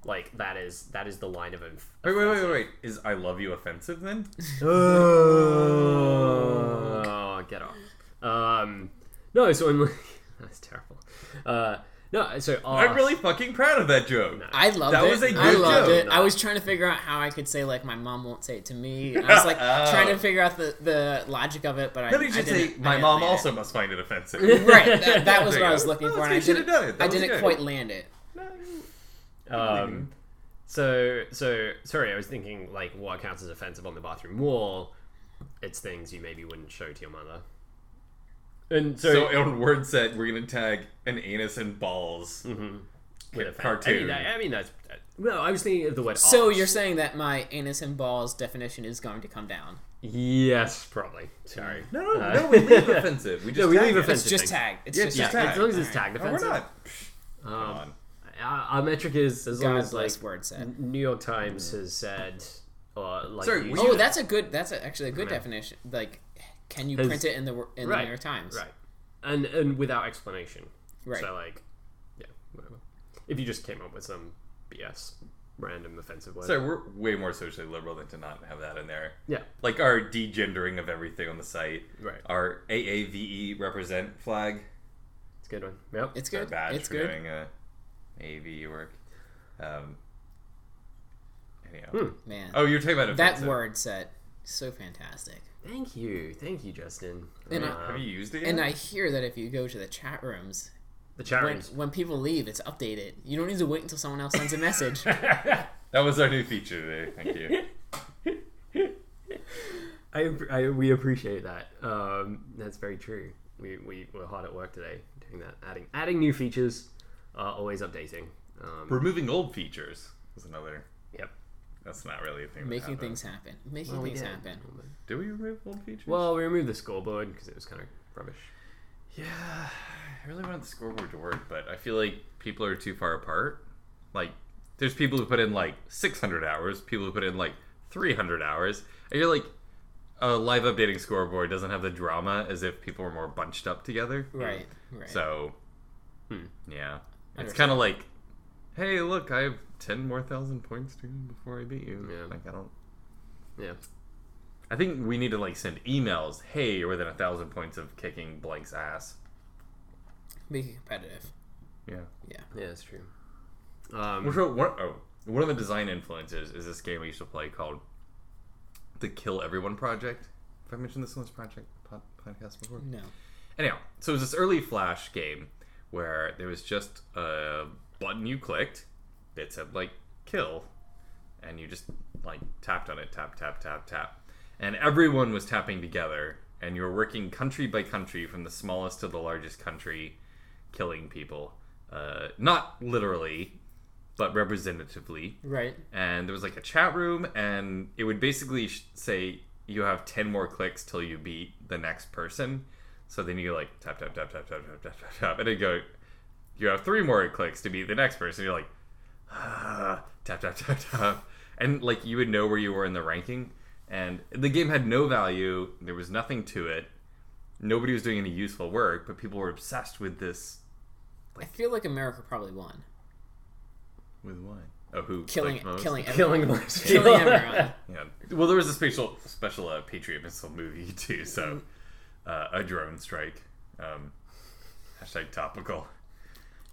[SPEAKER 3] Like that is that is the line of. Inf- [laughs]
[SPEAKER 1] Wait, wait, wait, wait, wait. Is I love you offensive then?
[SPEAKER 3] Oh, get off. Um, no, so I'm [laughs] like, that's terrible. Uh, no, so
[SPEAKER 1] I'm
[SPEAKER 3] ask-
[SPEAKER 1] really fucking proud of that joke.
[SPEAKER 2] I loved
[SPEAKER 1] That
[SPEAKER 2] it.
[SPEAKER 1] was a
[SPEAKER 2] I
[SPEAKER 1] good
[SPEAKER 2] loved
[SPEAKER 1] joke.
[SPEAKER 2] it. I was trying to figure out how I could say like my mom won't say it to me. And I
[SPEAKER 1] [laughs]
[SPEAKER 2] was like trying to figure out the, the logic of it, but I.
[SPEAKER 1] Then you
[SPEAKER 2] I
[SPEAKER 1] should
[SPEAKER 2] didn't-
[SPEAKER 1] say
[SPEAKER 2] I
[SPEAKER 1] my
[SPEAKER 2] didn't
[SPEAKER 1] mom
[SPEAKER 2] land
[SPEAKER 1] also
[SPEAKER 2] It.
[SPEAKER 1] must find it
[SPEAKER 3] [laughs]
[SPEAKER 1] offensive.
[SPEAKER 2] Right, that, that was
[SPEAKER 1] There
[SPEAKER 2] what I
[SPEAKER 1] you
[SPEAKER 2] was
[SPEAKER 1] go.
[SPEAKER 2] looking
[SPEAKER 1] That's
[SPEAKER 2] for,
[SPEAKER 1] what Oh,
[SPEAKER 2] and I
[SPEAKER 1] you should've
[SPEAKER 2] didn't,
[SPEAKER 1] done it. That
[SPEAKER 2] I
[SPEAKER 1] was
[SPEAKER 2] didn't
[SPEAKER 1] good.
[SPEAKER 2] quite land it.
[SPEAKER 3] Um, so so sorry, I was thinking like what counts as offensive on the bathroom wall? It's things you maybe wouldn't show to your mother. And so,
[SPEAKER 1] so on word set, we're gonna tag an anus and balls.
[SPEAKER 3] Mm-hmm. with offense- I mean,
[SPEAKER 1] cartoon.
[SPEAKER 3] that- I mean that's that- well, I was thinking of the word.
[SPEAKER 2] So
[SPEAKER 3] arse.
[SPEAKER 2] you're saying that my anus and balls definition is going to come down?
[SPEAKER 3] yes, probably. Sorry,
[SPEAKER 1] No,
[SPEAKER 3] Uh,
[SPEAKER 1] no, we
[SPEAKER 3] [laughs]
[SPEAKER 1] leave offensive. We just
[SPEAKER 3] we
[SPEAKER 1] tag
[SPEAKER 3] leave
[SPEAKER 1] it.
[SPEAKER 3] offensive.
[SPEAKER 2] It's just tagged. It's
[SPEAKER 1] Yeah,
[SPEAKER 2] just
[SPEAKER 1] just
[SPEAKER 3] yeah,
[SPEAKER 1] tag.
[SPEAKER 2] tagged.
[SPEAKER 3] as long as it's
[SPEAKER 2] Alright.
[SPEAKER 3] tagged
[SPEAKER 1] No, we're
[SPEAKER 3] offensive. Um,
[SPEAKER 1] not. Come on.
[SPEAKER 3] Our, our metric is as long
[SPEAKER 2] God
[SPEAKER 3] as like
[SPEAKER 2] bless word set.
[SPEAKER 3] New York Times has said, or like
[SPEAKER 1] Sorry,
[SPEAKER 3] you-
[SPEAKER 1] we-
[SPEAKER 2] Oh, that's a good. That's a, actually a good definition. Like, can you
[SPEAKER 3] Has-
[SPEAKER 2] print it in the wor- in the New York Times?
[SPEAKER 3] Right. And and without explanation.
[SPEAKER 2] Right.
[SPEAKER 3] So like yeah, whatever. If you just came up with some BS random offensive word.
[SPEAKER 1] Sorry, we're way more socially liberal than to not have that in there.
[SPEAKER 3] yeah.
[SPEAKER 1] Like our degendering of everything on the site.
[SPEAKER 3] Right.
[SPEAKER 1] Our AAVE E represent flag.
[SPEAKER 3] It's a good one. Yep.
[SPEAKER 2] It's
[SPEAKER 1] Our
[SPEAKER 2] good.
[SPEAKER 1] badge
[SPEAKER 2] It's
[SPEAKER 1] for
[SPEAKER 2] good.
[SPEAKER 1] doing uh, AAVE E work. Um, anyhow.
[SPEAKER 2] Man,
[SPEAKER 1] Oh, you're talking about
[SPEAKER 2] Hmm. that
[SPEAKER 1] offensive.
[SPEAKER 2] word set so fantastic.
[SPEAKER 3] Thank you. Thank you, Justin.
[SPEAKER 2] And I-
[SPEAKER 3] Uh,
[SPEAKER 1] Have you used it yet?
[SPEAKER 2] And I hear that if you go to the chat rooms,
[SPEAKER 3] the chat
[SPEAKER 2] when,
[SPEAKER 3] rooms.
[SPEAKER 2] when people leave, it's updated. You don't need to wait until someone else sends a message.
[SPEAKER 3] [laughs]
[SPEAKER 1] [laughs] That was our new feature today. Thank you.
[SPEAKER 3] I, I we appreciate that. Um, that's very true. We we were hard at work today doing that, adding adding new features, uh, always updating. Um,
[SPEAKER 1] [laughs] Removing old features is another.
[SPEAKER 3] yep.
[SPEAKER 1] That's not really a thing. that
[SPEAKER 2] Making
[SPEAKER 1] happened.
[SPEAKER 2] things happen. Making
[SPEAKER 3] we
[SPEAKER 2] things
[SPEAKER 3] did.
[SPEAKER 2] happen.
[SPEAKER 1] Do we remove old features?
[SPEAKER 3] Well, we removed the scoreboard because it was kind of rubbish.
[SPEAKER 1] yeah. I really want the scoreboard to work, but I feel like people are too far apart. Like, there's people who put in like 600 hours, people who put in like 300 hours, and you're like, a live updating scoreboard doesn't have the drama as if people were more bunched up together.
[SPEAKER 2] Right. Right. Hmm.
[SPEAKER 1] So, yeah, it's
[SPEAKER 2] Understand.
[SPEAKER 1] kind of like, hey, look, I have ten more thousand points to you before I beat you.
[SPEAKER 3] Yeah.
[SPEAKER 1] Like I don't.
[SPEAKER 3] Yeah.
[SPEAKER 1] I think we need to like send emails. Hey, you're within a thousand points of kicking blank's ass.
[SPEAKER 2] Make it competitive.
[SPEAKER 1] Yeah.
[SPEAKER 3] Yeah, that's true. Um,
[SPEAKER 1] Which one, one, oh, one of the design influences is this game we used to play called the Kill Everyone Project. Have I mentioned this on this project pod, podcast before?
[SPEAKER 2] No.
[SPEAKER 1] Anyhow, so it was this early Flash game where there was just a button you clicked that said like kill, and you just like tapped on it, tap tap tap tap, and everyone was tapping together, and you were working country by country from the smallest to the largest country, killing people, uh, not literally, but representatively
[SPEAKER 2] Right.
[SPEAKER 1] and there was like a chat room and it would basically sh- say you have 10 more clicks till you beat the next person so then you go like tap tap tap tap tap tap tap tap tap and it go you have three more clicks to beat the next person you're like ah, tap tap tap tap and like you would know where you were in the ranking and the game had no value there was nothing to it nobody was doing any useful work but people were obsessed with this
[SPEAKER 2] I feel like America probably won.
[SPEAKER 1] with what oh who
[SPEAKER 2] Killing
[SPEAKER 1] clicked most?
[SPEAKER 2] [laughs] [laughs] killing everyone.
[SPEAKER 3] [laughs] killing Mars.
[SPEAKER 2] Killing everyone.
[SPEAKER 1] Yeah. Well, there was a special special uh, Patriot missile movie [laughs] too, so uh, a drone strike. Um, hashtag topical.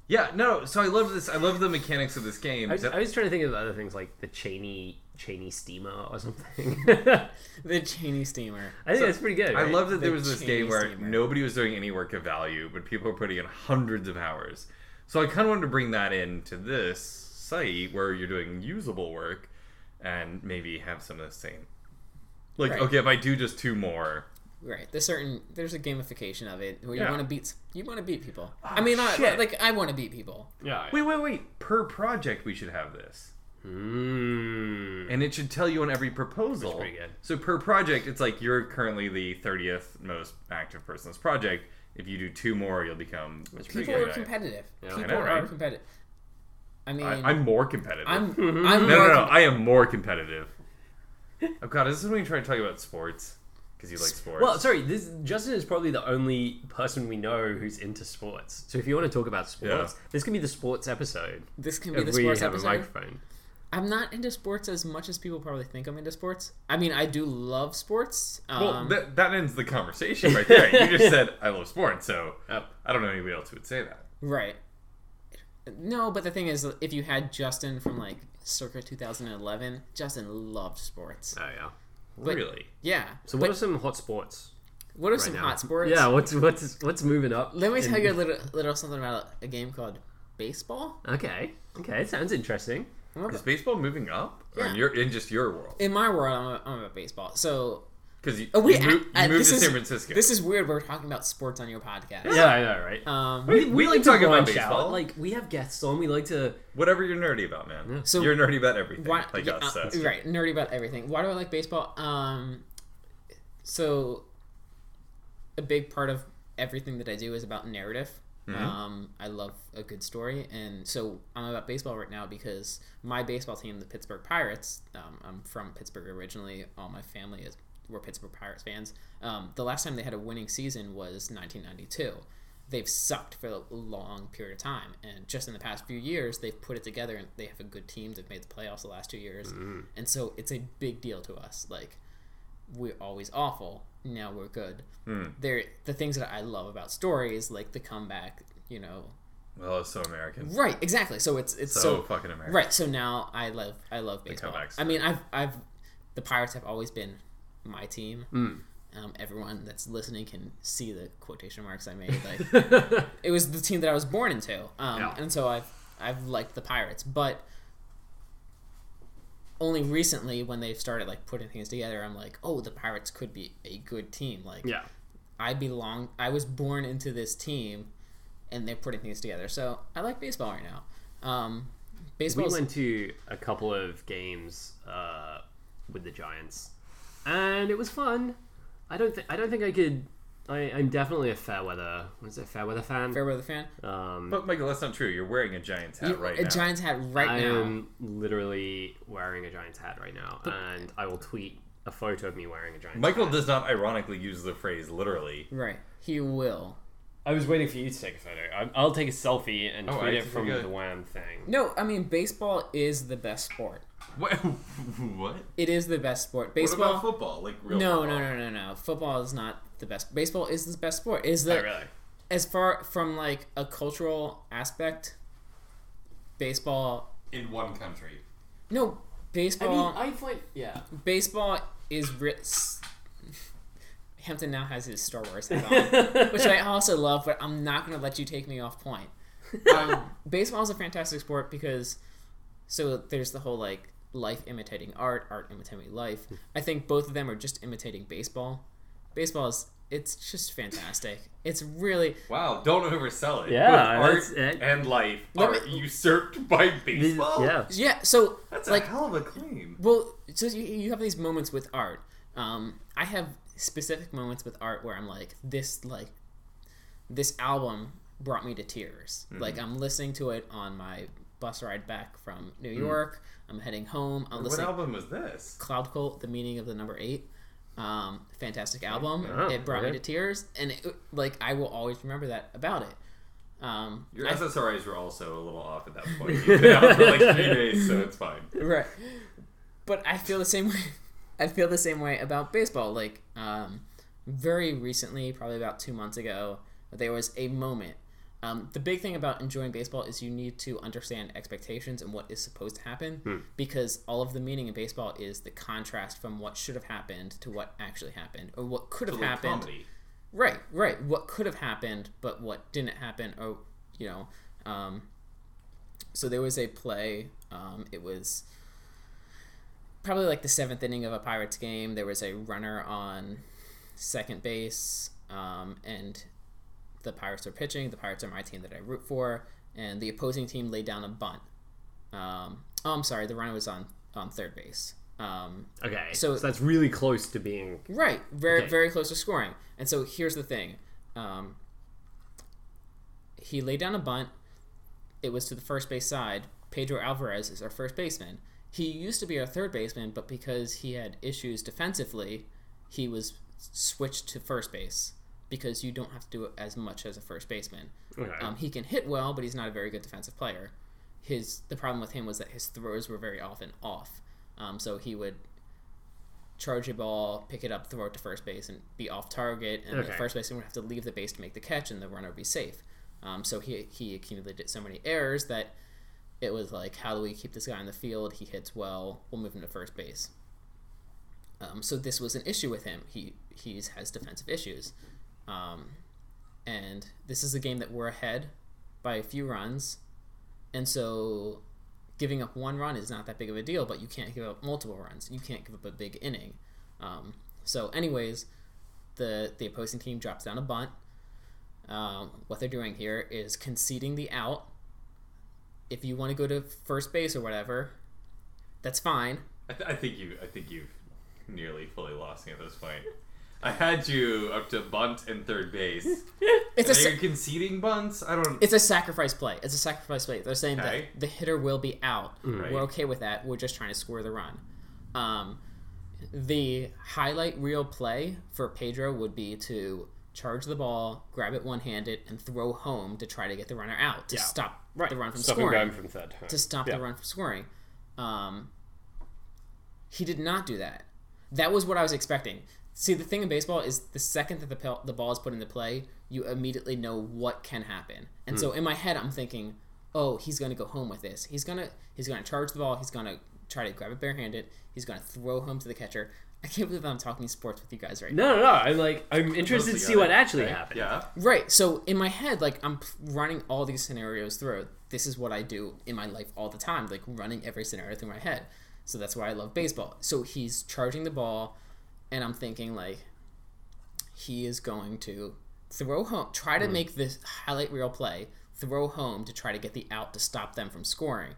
[SPEAKER 1] Yeah. No. So I love this. I love the mechanics of this game.
[SPEAKER 3] I was,
[SPEAKER 1] That-
[SPEAKER 3] I was trying to think of other things like the Cheney Cheney steamer or something. [laughs]
[SPEAKER 2] The Cheney steamer.
[SPEAKER 3] I think that's pretty good.
[SPEAKER 1] I
[SPEAKER 3] right?
[SPEAKER 1] love that there was this
[SPEAKER 2] Chinese
[SPEAKER 1] game where
[SPEAKER 2] steamer.
[SPEAKER 1] nobody was doing any work of value, but people were putting in hundreds of hours. So I kind of wanted to bring that into this site where you're doing usable work, and maybe have some of the same. Like,
[SPEAKER 2] Right.
[SPEAKER 1] okay, if I do just two more,
[SPEAKER 2] Right. There's certain there's a gamification of it where you
[SPEAKER 1] Yeah.
[SPEAKER 2] want to beat you want to beat people. I mean, I,
[SPEAKER 1] shit.
[SPEAKER 2] like I want to beat people.
[SPEAKER 3] Yeah.
[SPEAKER 1] Wait, wait, wait. Per project, we should have this.
[SPEAKER 3] Mm.
[SPEAKER 1] and it should tell you on every proposal.
[SPEAKER 3] That's pretty good.
[SPEAKER 1] So per project, it's like you're currently the thirtieth most active person in this project. If you do two more, you'll become.
[SPEAKER 3] pretty
[SPEAKER 2] People
[SPEAKER 3] good.
[SPEAKER 2] are competitive.
[SPEAKER 3] I
[SPEAKER 2] People
[SPEAKER 1] know,
[SPEAKER 2] are
[SPEAKER 1] right?
[SPEAKER 2] competitive. I mean,
[SPEAKER 1] I, am more competitive. [laughs]
[SPEAKER 2] I'm,
[SPEAKER 3] Mhm.
[SPEAKER 2] I'm
[SPEAKER 1] no, no,
[SPEAKER 2] more
[SPEAKER 1] no.
[SPEAKER 2] com-
[SPEAKER 1] I am more competitive. Oh God, is this when you try to talk about sports? Because you like sports.
[SPEAKER 3] Well, sorry, this Justin is probably the only person we know who's into sports. So if you want to talk about sports, this can be the sports episode.
[SPEAKER 2] This can be
[SPEAKER 3] If
[SPEAKER 2] the
[SPEAKER 3] we
[SPEAKER 2] sports
[SPEAKER 3] have a
[SPEAKER 2] episode.
[SPEAKER 3] microphone.
[SPEAKER 2] I'm not into sports as much as people probably think I'm into sports. I mean, I do love sports. Um,
[SPEAKER 1] Well, that, that ends the conversation
[SPEAKER 2] [laughs]
[SPEAKER 1] right there. You just said I love sports, so
[SPEAKER 3] [laughs] Oh.
[SPEAKER 1] I don't know anybody else who would say that.
[SPEAKER 2] Right. No, but the thing is, if you had Justin from like circa 2011, Justin loved sports.
[SPEAKER 3] Oh yeah.
[SPEAKER 2] But-
[SPEAKER 1] really?
[SPEAKER 2] Yeah.
[SPEAKER 3] So
[SPEAKER 2] but
[SPEAKER 3] what are some hot sports?
[SPEAKER 2] what are some
[SPEAKER 3] now?
[SPEAKER 2] hot sports?
[SPEAKER 3] Yeah, what's what's what's moving up?
[SPEAKER 2] Let me
[SPEAKER 3] in-
[SPEAKER 2] tell you a little, little something about a game called baseball.
[SPEAKER 3] Okay. Okay, sounds interesting.
[SPEAKER 1] Is baseball moving up, or
[SPEAKER 2] Yeah.
[SPEAKER 1] in, your, in just your world?
[SPEAKER 2] In my world, I'm, a, I'm about baseball. So,
[SPEAKER 1] Because you,
[SPEAKER 2] oh wait,
[SPEAKER 1] you moved,
[SPEAKER 2] I- I-
[SPEAKER 1] you moved
[SPEAKER 2] this
[SPEAKER 1] to
[SPEAKER 2] is,
[SPEAKER 1] San Francisco.
[SPEAKER 2] This is weird. We're talking about sports on your podcast.
[SPEAKER 3] Yeah, Uh, I know, right?
[SPEAKER 2] Um,
[SPEAKER 1] we, we, like talking about
[SPEAKER 3] branch out.
[SPEAKER 1] baseball.
[SPEAKER 3] Like we have guests on, we like to
[SPEAKER 1] whatever you're nerdy about, man.
[SPEAKER 2] So-
[SPEAKER 1] you're nerdy about everything,
[SPEAKER 2] Why,
[SPEAKER 1] like
[SPEAKER 2] yeah,
[SPEAKER 1] us.
[SPEAKER 2] uh,
[SPEAKER 1] so.
[SPEAKER 2] right, nerdy about everything. Why do I like baseball? Um, so a big part of everything that I do is about narrative. Um, I love a good story, and so I'm about baseball right now because my baseball team, the Pittsburgh Pirates. Um, I'm from Pittsburgh originally. All my family is were Pittsburgh Pirates fans. Um, the last time they had a winning season was 1992. They've sucked for a long period of time, and just in the past few years, they've put it together and they have a good team. They've made the playoffs the last two years, and so it's a big deal to us. Like we're always awful. Now we're good. They're the things that I love about stories, like the comeback. You know,
[SPEAKER 1] Well, it's so American,
[SPEAKER 2] right? Exactly. So it's it's
[SPEAKER 1] so,
[SPEAKER 2] so,
[SPEAKER 1] fucking American.
[SPEAKER 2] right. So now I love I love baseball.
[SPEAKER 1] comebacks.
[SPEAKER 2] I mean, I've I've the Pirates have always been my team.
[SPEAKER 1] Hmm.
[SPEAKER 2] Um, everyone that's listening can see the quotation marks I made. Like [laughs] it was the team that I was born into, um,
[SPEAKER 3] Yeah.
[SPEAKER 2] and so I've I've liked the Pirates, but only recently when they've started like putting things together, I'm like, oh, the Pirates could be a good team. Like
[SPEAKER 3] [laughs] Yeah.
[SPEAKER 2] I belong, I was born into this team, and they're putting things together. So I like baseball right now. Um,
[SPEAKER 3] We
[SPEAKER 2] baseball.
[SPEAKER 3] went to a couple of games uh, with the Giants, and it was fun. I don't think I don't think I could. I, I'm definitely a fair weather. What is it? Fair weather fan.
[SPEAKER 2] fair weather fan.
[SPEAKER 3] Um,
[SPEAKER 1] But Michael, that's not true. You're wearing a Giants hat right
[SPEAKER 2] a
[SPEAKER 1] now.
[SPEAKER 2] Giants hat right
[SPEAKER 3] I
[SPEAKER 2] now.
[SPEAKER 3] am literally wearing a Giants hat right now, and I will tweet a photo of me wearing a Giants.
[SPEAKER 1] Michael
[SPEAKER 3] hat.
[SPEAKER 1] does not ironically use the phrase literally.
[SPEAKER 2] Right, he will.
[SPEAKER 3] I was waiting for you to take a photo. I, I'll take a selfie and
[SPEAKER 1] Oh,
[SPEAKER 3] tweet
[SPEAKER 1] I
[SPEAKER 3] it
[SPEAKER 1] see,
[SPEAKER 3] from
[SPEAKER 1] good.
[SPEAKER 3] the Wham thing.
[SPEAKER 2] No, I mean baseball is the best sport.
[SPEAKER 1] [laughs] What? what?
[SPEAKER 2] It is the best sport.
[SPEAKER 1] What
[SPEAKER 2] Baseball.
[SPEAKER 1] about football? Like real
[SPEAKER 2] no,
[SPEAKER 1] football?
[SPEAKER 2] no, no, no, no. Football is not the best. Baseball is the best sport. Is the
[SPEAKER 3] Not Oh, really.
[SPEAKER 2] as far from like a cultural aspect. Baseball.
[SPEAKER 1] In one country.
[SPEAKER 2] No, baseball.
[SPEAKER 3] I find [laughs] yeah.
[SPEAKER 2] baseball is ri- s- [laughs] Hampton now has his Star Wars hat on, which I also love, but I'm not going to let you take me off point. Um, baseball is a fantastic sport because so there's the whole like life imitating art, art imitating life. I think both of them are just imitating baseball. Baseball is it's just fantastic. It's really
[SPEAKER 1] Wow, don't oversell it.
[SPEAKER 3] Yeah,
[SPEAKER 1] With
[SPEAKER 3] that's
[SPEAKER 1] art
[SPEAKER 3] it.
[SPEAKER 1] and life
[SPEAKER 2] Let
[SPEAKER 1] are
[SPEAKER 2] me-
[SPEAKER 1] usurped by baseball.
[SPEAKER 3] Yeah.
[SPEAKER 2] yeah. So
[SPEAKER 1] that's
[SPEAKER 2] like
[SPEAKER 1] a hell of a claim.
[SPEAKER 2] Well, so you, you have these moments with art. Um, I have specific moments with art where I'm like, this like, this album brought me to tears. Like I'm listening to it on my bus ride back from New York. I'm heading home. I'm
[SPEAKER 1] What
[SPEAKER 2] listening
[SPEAKER 1] album was this?
[SPEAKER 2] Cloud Cult, the meaning of the number eight. Um, fantastic album.
[SPEAKER 3] Wow,
[SPEAKER 2] it brought me
[SPEAKER 3] okay.
[SPEAKER 2] to tears, and it, like I will always remember that about it. Um,
[SPEAKER 1] Your
[SPEAKER 2] I-
[SPEAKER 1] SSRIs were also a little off
[SPEAKER 2] [laughs]
[SPEAKER 1] at that point. You've been out for like three days, so it's fine.
[SPEAKER 2] right but i feel the same way i feel the same way about baseball like um, very recently probably about two months ago there was a moment um, the big thing about enjoying baseball is you need to understand expectations and what is supposed to happen because all of the meaning in baseball is the contrast from what should have happened to what actually happened or what could have
[SPEAKER 1] Like
[SPEAKER 2] happened
[SPEAKER 1] comedy.
[SPEAKER 2] Right, right. What could have happened, but what didn't happen, or you know, um, so there was a play. Um, it was probably like the seventh inning of a Pirates game. There was a runner on second base, um, and the Pirates are pitching. The Pirates are my team that I root for, and the opposing team laid down a bunt. Um, oh, I'm sorry, the Rhino was on on third base. Um,
[SPEAKER 3] Okay,
[SPEAKER 2] So-
[SPEAKER 3] so, that's really close to being
[SPEAKER 2] Right, very
[SPEAKER 3] Okay.
[SPEAKER 2] very close to scoring. And so here's the thing: um, he laid down a bunt. It was to the first base side. Pedro Alvarez is our first baseman. He used to be our third baseman, but because he had issues defensively, he was switched to first base because you don't have to do it as much as a first baseman.
[SPEAKER 3] okay.
[SPEAKER 2] Um, he can hit well, but he's not a very good defensive player. His the problem with him was that his throws were very often off. Um, so he would charge a ball, pick it up, throw it to first base, and be off target. And the
[SPEAKER 3] Okay.
[SPEAKER 2] first baseman would have to leave the base to make the catch, and the runner would be safe. Um, so he he accumulated so many errors that it was like, how do we keep this guy on the field? He hits well. We'll move him to first base. Um, so this was an issue with him. He he's has defensive issues, um, and this is a game that we're ahead by a few runs, and so giving up one run is not that big of a deal. But you can't give up multiple runs. You can't give up a big inning. Um, so, anyways, the the opposing team drops down a bunt. Um, what they're doing here is conceding the out. If you want to go to first base or whatever, that's fine.
[SPEAKER 1] I, th- I think you. I think you've nearly fully lost me at this point. I had you up to bunt and third
[SPEAKER 2] [laughs]
[SPEAKER 1] base.
[SPEAKER 2] It's
[SPEAKER 1] Now
[SPEAKER 2] a sa-
[SPEAKER 1] you're conceding bunts. I don't.
[SPEAKER 2] it's a sacrifice play. It's a sacrifice play. They're saying
[SPEAKER 1] Okay.
[SPEAKER 2] that the hitter will be out.
[SPEAKER 3] Mm.
[SPEAKER 1] Right.
[SPEAKER 2] We're okay with that. We're just trying to score the run. Um, the highlight reel play for Pedro would be to charge the ball, grab it one handed, and throw home to try to get the runner out to
[SPEAKER 3] Yeah.
[SPEAKER 2] stop
[SPEAKER 3] Right.
[SPEAKER 2] the run from
[SPEAKER 3] Stop him
[SPEAKER 2] scoring
[SPEAKER 3] going from third.
[SPEAKER 2] to stop
[SPEAKER 3] Yeah.
[SPEAKER 2] the run from scoring. Um, he did not do that. That was what I was expecting. See, the thing in baseball is the second that the, pel- the ball is put into play, you immediately know what can happen. And so in my head, I'm thinking, oh, he's going to go home with this. He's gonna he's gonna charge the ball. He's gonna try to grab it barehanded. He's gonna throw home to the catcher. I can't believe I'm talking sports with you guys right now.
[SPEAKER 3] No, no, no. I'm like, I'm interested to see what actually happened.
[SPEAKER 1] Yeah.
[SPEAKER 2] Right. So in my head, like I'm p- running all these scenarios through. This is what I do in my life all the time, like running every scenario through my head. So that's why I love baseball. So he's charging the ball, and I'm thinking like he is going to throw home, try
[SPEAKER 3] Hmm.
[SPEAKER 2] to make this highlight reel play, throw home to try to get the out to stop them from scoring,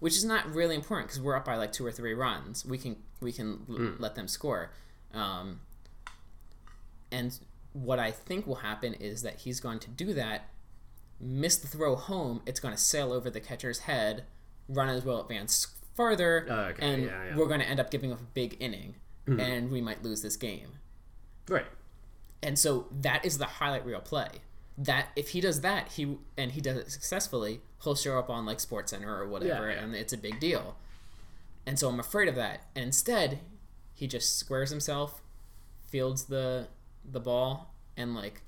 [SPEAKER 2] which is not really important because we're up by like two or three runs. We can we can l-
[SPEAKER 3] Hmm.
[SPEAKER 2] let them score. Um, and what I think will happen is that he's going to do that, miss the throw home. It's going to sail over the catcher's head. Runners will advance farther,
[SPEAKER 3] Oh, Okay,
[SPEAKER 2] and
[SPEAKER 3] yeah, Hmm. yeah.
[SPEAKER 2] we're going to end up giving up a big inning, and we might lose this game.
[SPEAKER 3] Right.
[SPEAKER 2] And so that is the highlight reel play. That if he does that, he and he does it successfully, he'll show up on like Sports Center or whatever,
[SPEAKER 3] Yeah, yeah.
[SPEAKER 2] and it's a big deal. And so I'm afraid of that. And instead, he just squares himself, fields the the ball, and like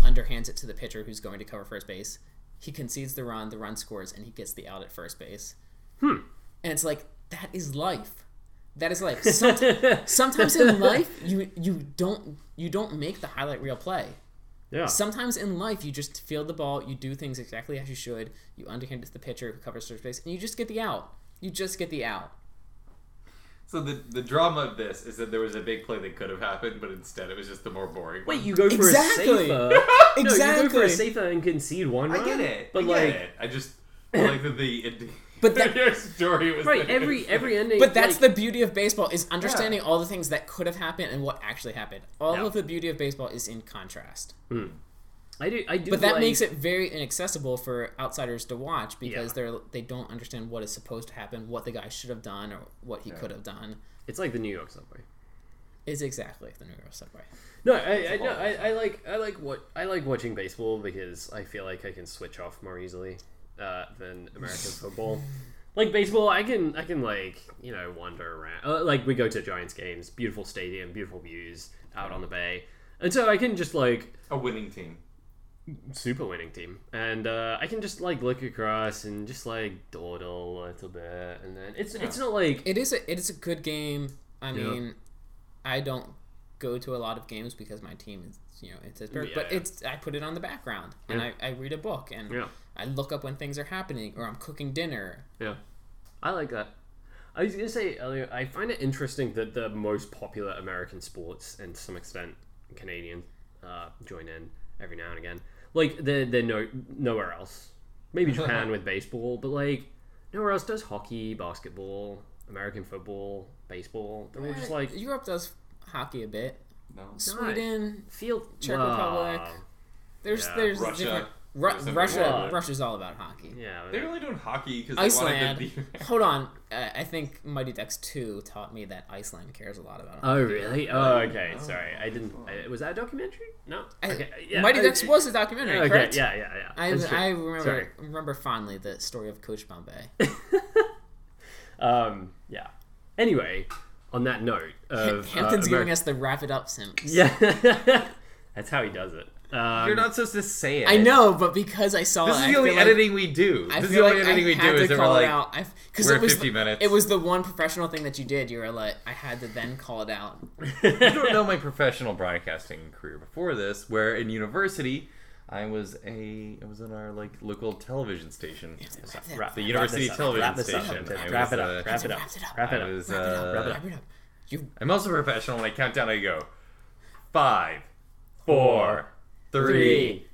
[SPEAKER 2] underhands it to the pitcher who's going to cover first base. He concedes the run, the run scores, and he gets the out at first base. Hmm. And it's like that is life. That is life. Somet- sometimes
[SPEAKER 3] [laughs]
[SPEAKER 2] in life you you don't you don't make the highlight reel play
[SPEAKER 3] Yeah.
[SPEAKER 2] sometimes in life you just field the ball you do things exactly as you should you underhand it to the pitcher who covers first base and you just get the out you just get the out
[SPEAKER 1] So the the drama of this is that there was a big play that could have happened, but instead it was just the more boring.
[SPEAKER 3] Wait, you go for
[SPEAKER 2] Exactly.
[SPEAKER 3] a [laughs] safer. No, you go for
[SPEAKER 2] Exactly.
[SPEAKER 3] a safer and concede one.
[SPEAKER 1] I
[SPEAKER 3] run,
[SPEAKER 1] get it.
[SPEAKER 3] But
[SPEAKER 1] I get
[SPEAKER 3] like,
[SPEAKER 1] it. I just I like that the it,
[SPEAKER 2] [laughs] But that-
[SPEAKER 1] [laughs] your story was
[SPEAKER 3] right?
[SPEAKER 1] that
[SPEAKER 3] Every
[SPEAKER 1] it's-
[SPEAKER 3] every ending.
[SPEAKER 2] but that's
[SPEAKER 3] like,
[SPEAKER 2] the beauty of baseball is understanding all the things that could have happened and what actually happened all
[SPEAKER 3] Yeah.
[SPEAKER 2] of the beauty of baseball is in contrast
[SPEAKER 3] I do. I do.
[SPEAKER 2] but that
[SPEAKER 3] like,
[SPEAKER 2] makes it very inaccessible for outsiders to watch because
[SPEAKER 3] Yeah.
[SPEAKER 2] they're they don't understand what is supposed to happen what the guy should have done or what he could have done
[SPEAKER 3] It's like the New York subway.
[SPEAKER 2] is exactly the new york subway
[SPEAKER 3] No, I, I, no, I, I like I like what I like watching baseball because I feel like I can switch off more easily uh, than American football. Like baseball, I can I can like you know wander around. Uh, like we go to Giants games, beautiful stadium, beautiful views out on the bay, and so I can just like
[SPEAKER 1] a winning team.
[SPEAKER 3] super winning team, and uh, I can just like look across and just like dawdle a little bit, and then it's it's not like
[SPEAKER 2] it is a it is a good game. I mean, I don't go to a lot of games because my team is you know it's Pittsburgh, but
[SPEAKER 3] Yeah.
[SPEAKER 2] it's I put it on the background and
[SPEAKER 3] Yeah.
[SPEAKER 2] I, I read a book and
[SPEAKER 3] Yeah.
[SPEAKER 2] I look up when things are happening or I'm cooking dinner.
[SPEAKER 3] Yeah, I like that. I was gonna say earlier, I find it interesting that the most popular American sports, and to some extent Canadian, uh, join in every now and
[SPEAKER 1] [laughs]
[SPEAKER 3] again. Like they're they're no nowhere else. Maybe Japan with baseball, but like Nowhere else does hockey, basketball, American football, baseball. They're all just like
[SPEAKER 2] Uh, Europe does hockey a bit.
[SPEAKER 1] No.
[SPEAKER 2] Sweden,
[SPEAKER 3] field.
[SPEAKER 2] Czech
[SPEAKER 3] Wow.
[SPEAKER 2] Republic. There's
[SPEAKER 3] Yeah.
[SPEAKER 2] there's
[SPEAKER 1] Russia.
[SPEAKER 2] different.
[SPEAKER 1] There's
[SPEAKER 2] Ru-
[SPEAKER 1] something
[SPEAKER 2] Russia
[SPEAKER 1] wrong.
[SPEAKER 2] Russia's all about hockey.
[SPEAKER 3] Yeah.
[SPEAKER 1] They're only doing hockey because they wanted
[SPEAKER 2] Iceland.
[SPEAKER 3] [laughs]
[SPEAKER 1] to be. [laughs]
[SPEAKER 2] Hold on, uh, I think Mighty Ducks Two taught me that Iceland cares a lot about. Hockey.
[SPEAKER 3] Oh really? Oh okay.
[SPEAKER 1] Oh,
[SPEAKER 3] Sorry, I didn't. I, was that a documentary? No.
[SPEAKER 2] I-
[SPEAKER 3] Okay. Yeah.
[SPEAKER 2] Mighty
[SPEAKER 3] I-
[SPEAKER 2] Ducks was a documentary,
[SPEAKER 3] Okay.
[SPEAKER 2] correct?
[SPEAKER 3] Yeah. Yeah. Yeah.
[SPEAKER 2] I,
[SPEAKER 3] That's true.
[SPEAKER 2] I remember
[SPEAKER 3] Sorry.
[SPEAKER 2] remember fondly the story of Coach
[SPEAKER 1] [laughs]
[SPEAKER 2] Bombay.
[SPEAKER 3] Um. Yeah. Anyway, on that note, of,
[SPEAKER 2] [laughs] Hampton's
[SPEAKER 3] uh,
[SPEAKER 2] giving
[SPEAKER 3] Ameri-
[SPEAKER 2] us the wrap it up Sims.
[SPEAKER 3] Yeah. [laughs] That's how he does it. Um,
[SPEAKER 1] You're not supposed to say it.
[SPEAKER 2] I know, but because I saw
[SPEAKER 1] This
[SPEAKER 2] it,
[SPEAKER 1] is
[SPEAKER 2] I
[SPEAKER 1] the only
[SPEAKER 2] feel like-
[SPEAKER 1] editing we do.
[SPEAKER 2] I
[SPEAKER 1] This is the
[SPEAKER 2] feel
[SPEAKER 1] only
[SPEAKER 2] like
[SPEAKER 1] editing
[SPEAKER 2] I
[SPEAKER 1] we
[SPEAKER 2] had
[SPEAKER 1] do. Is
[SPEAKER 2] to
[SPEAKER 1] that we're
[SPEAKER 2] call it
[SPEAKER 1] like,
[SPEAKER 2] out I- 'cause
[SPEAKER 1] we're
[SPEAKER 2] it was
[SPEAKER 1] 50
[SPEAKER 2] the,
[SPEAKER 1] minutes.
[SPEAKER 2] It was the one professional thing that you did. You were like, I had to then call it out.
[SPEAKER 1] I don't know my professional broadcasting career before this, where in university, I was a I was on our like local television station.
[SPEAKER 3] wrap-
[SPEAKER 1] The university
[SPEAKER 3] wrap this up,
[SPEAKER 1] television
[SPEAKER 3] wrap this up,
[SPEAKER 1] station.
[SPEAKER 3] Tim.
[SPEAKER 1] I
[SPEAKER 3] Wrap
[SPEAKER 1] was,
[SPEAKER 3] it
[SPEAKER 1] uh,
[SPEAKER 3] up. Wrap it up.
[SPEAKER 2] Wrap it up.
[SPEAKER 3] Wrap it
[SPEAKER 1] I
[SPEAKER 3] up.
[SPEAKER 1] was. Uh,
[SPEAKER 2] Wrap it up. You
[SPEAKER 1] I'm also professional when I count down. I go five, four, three,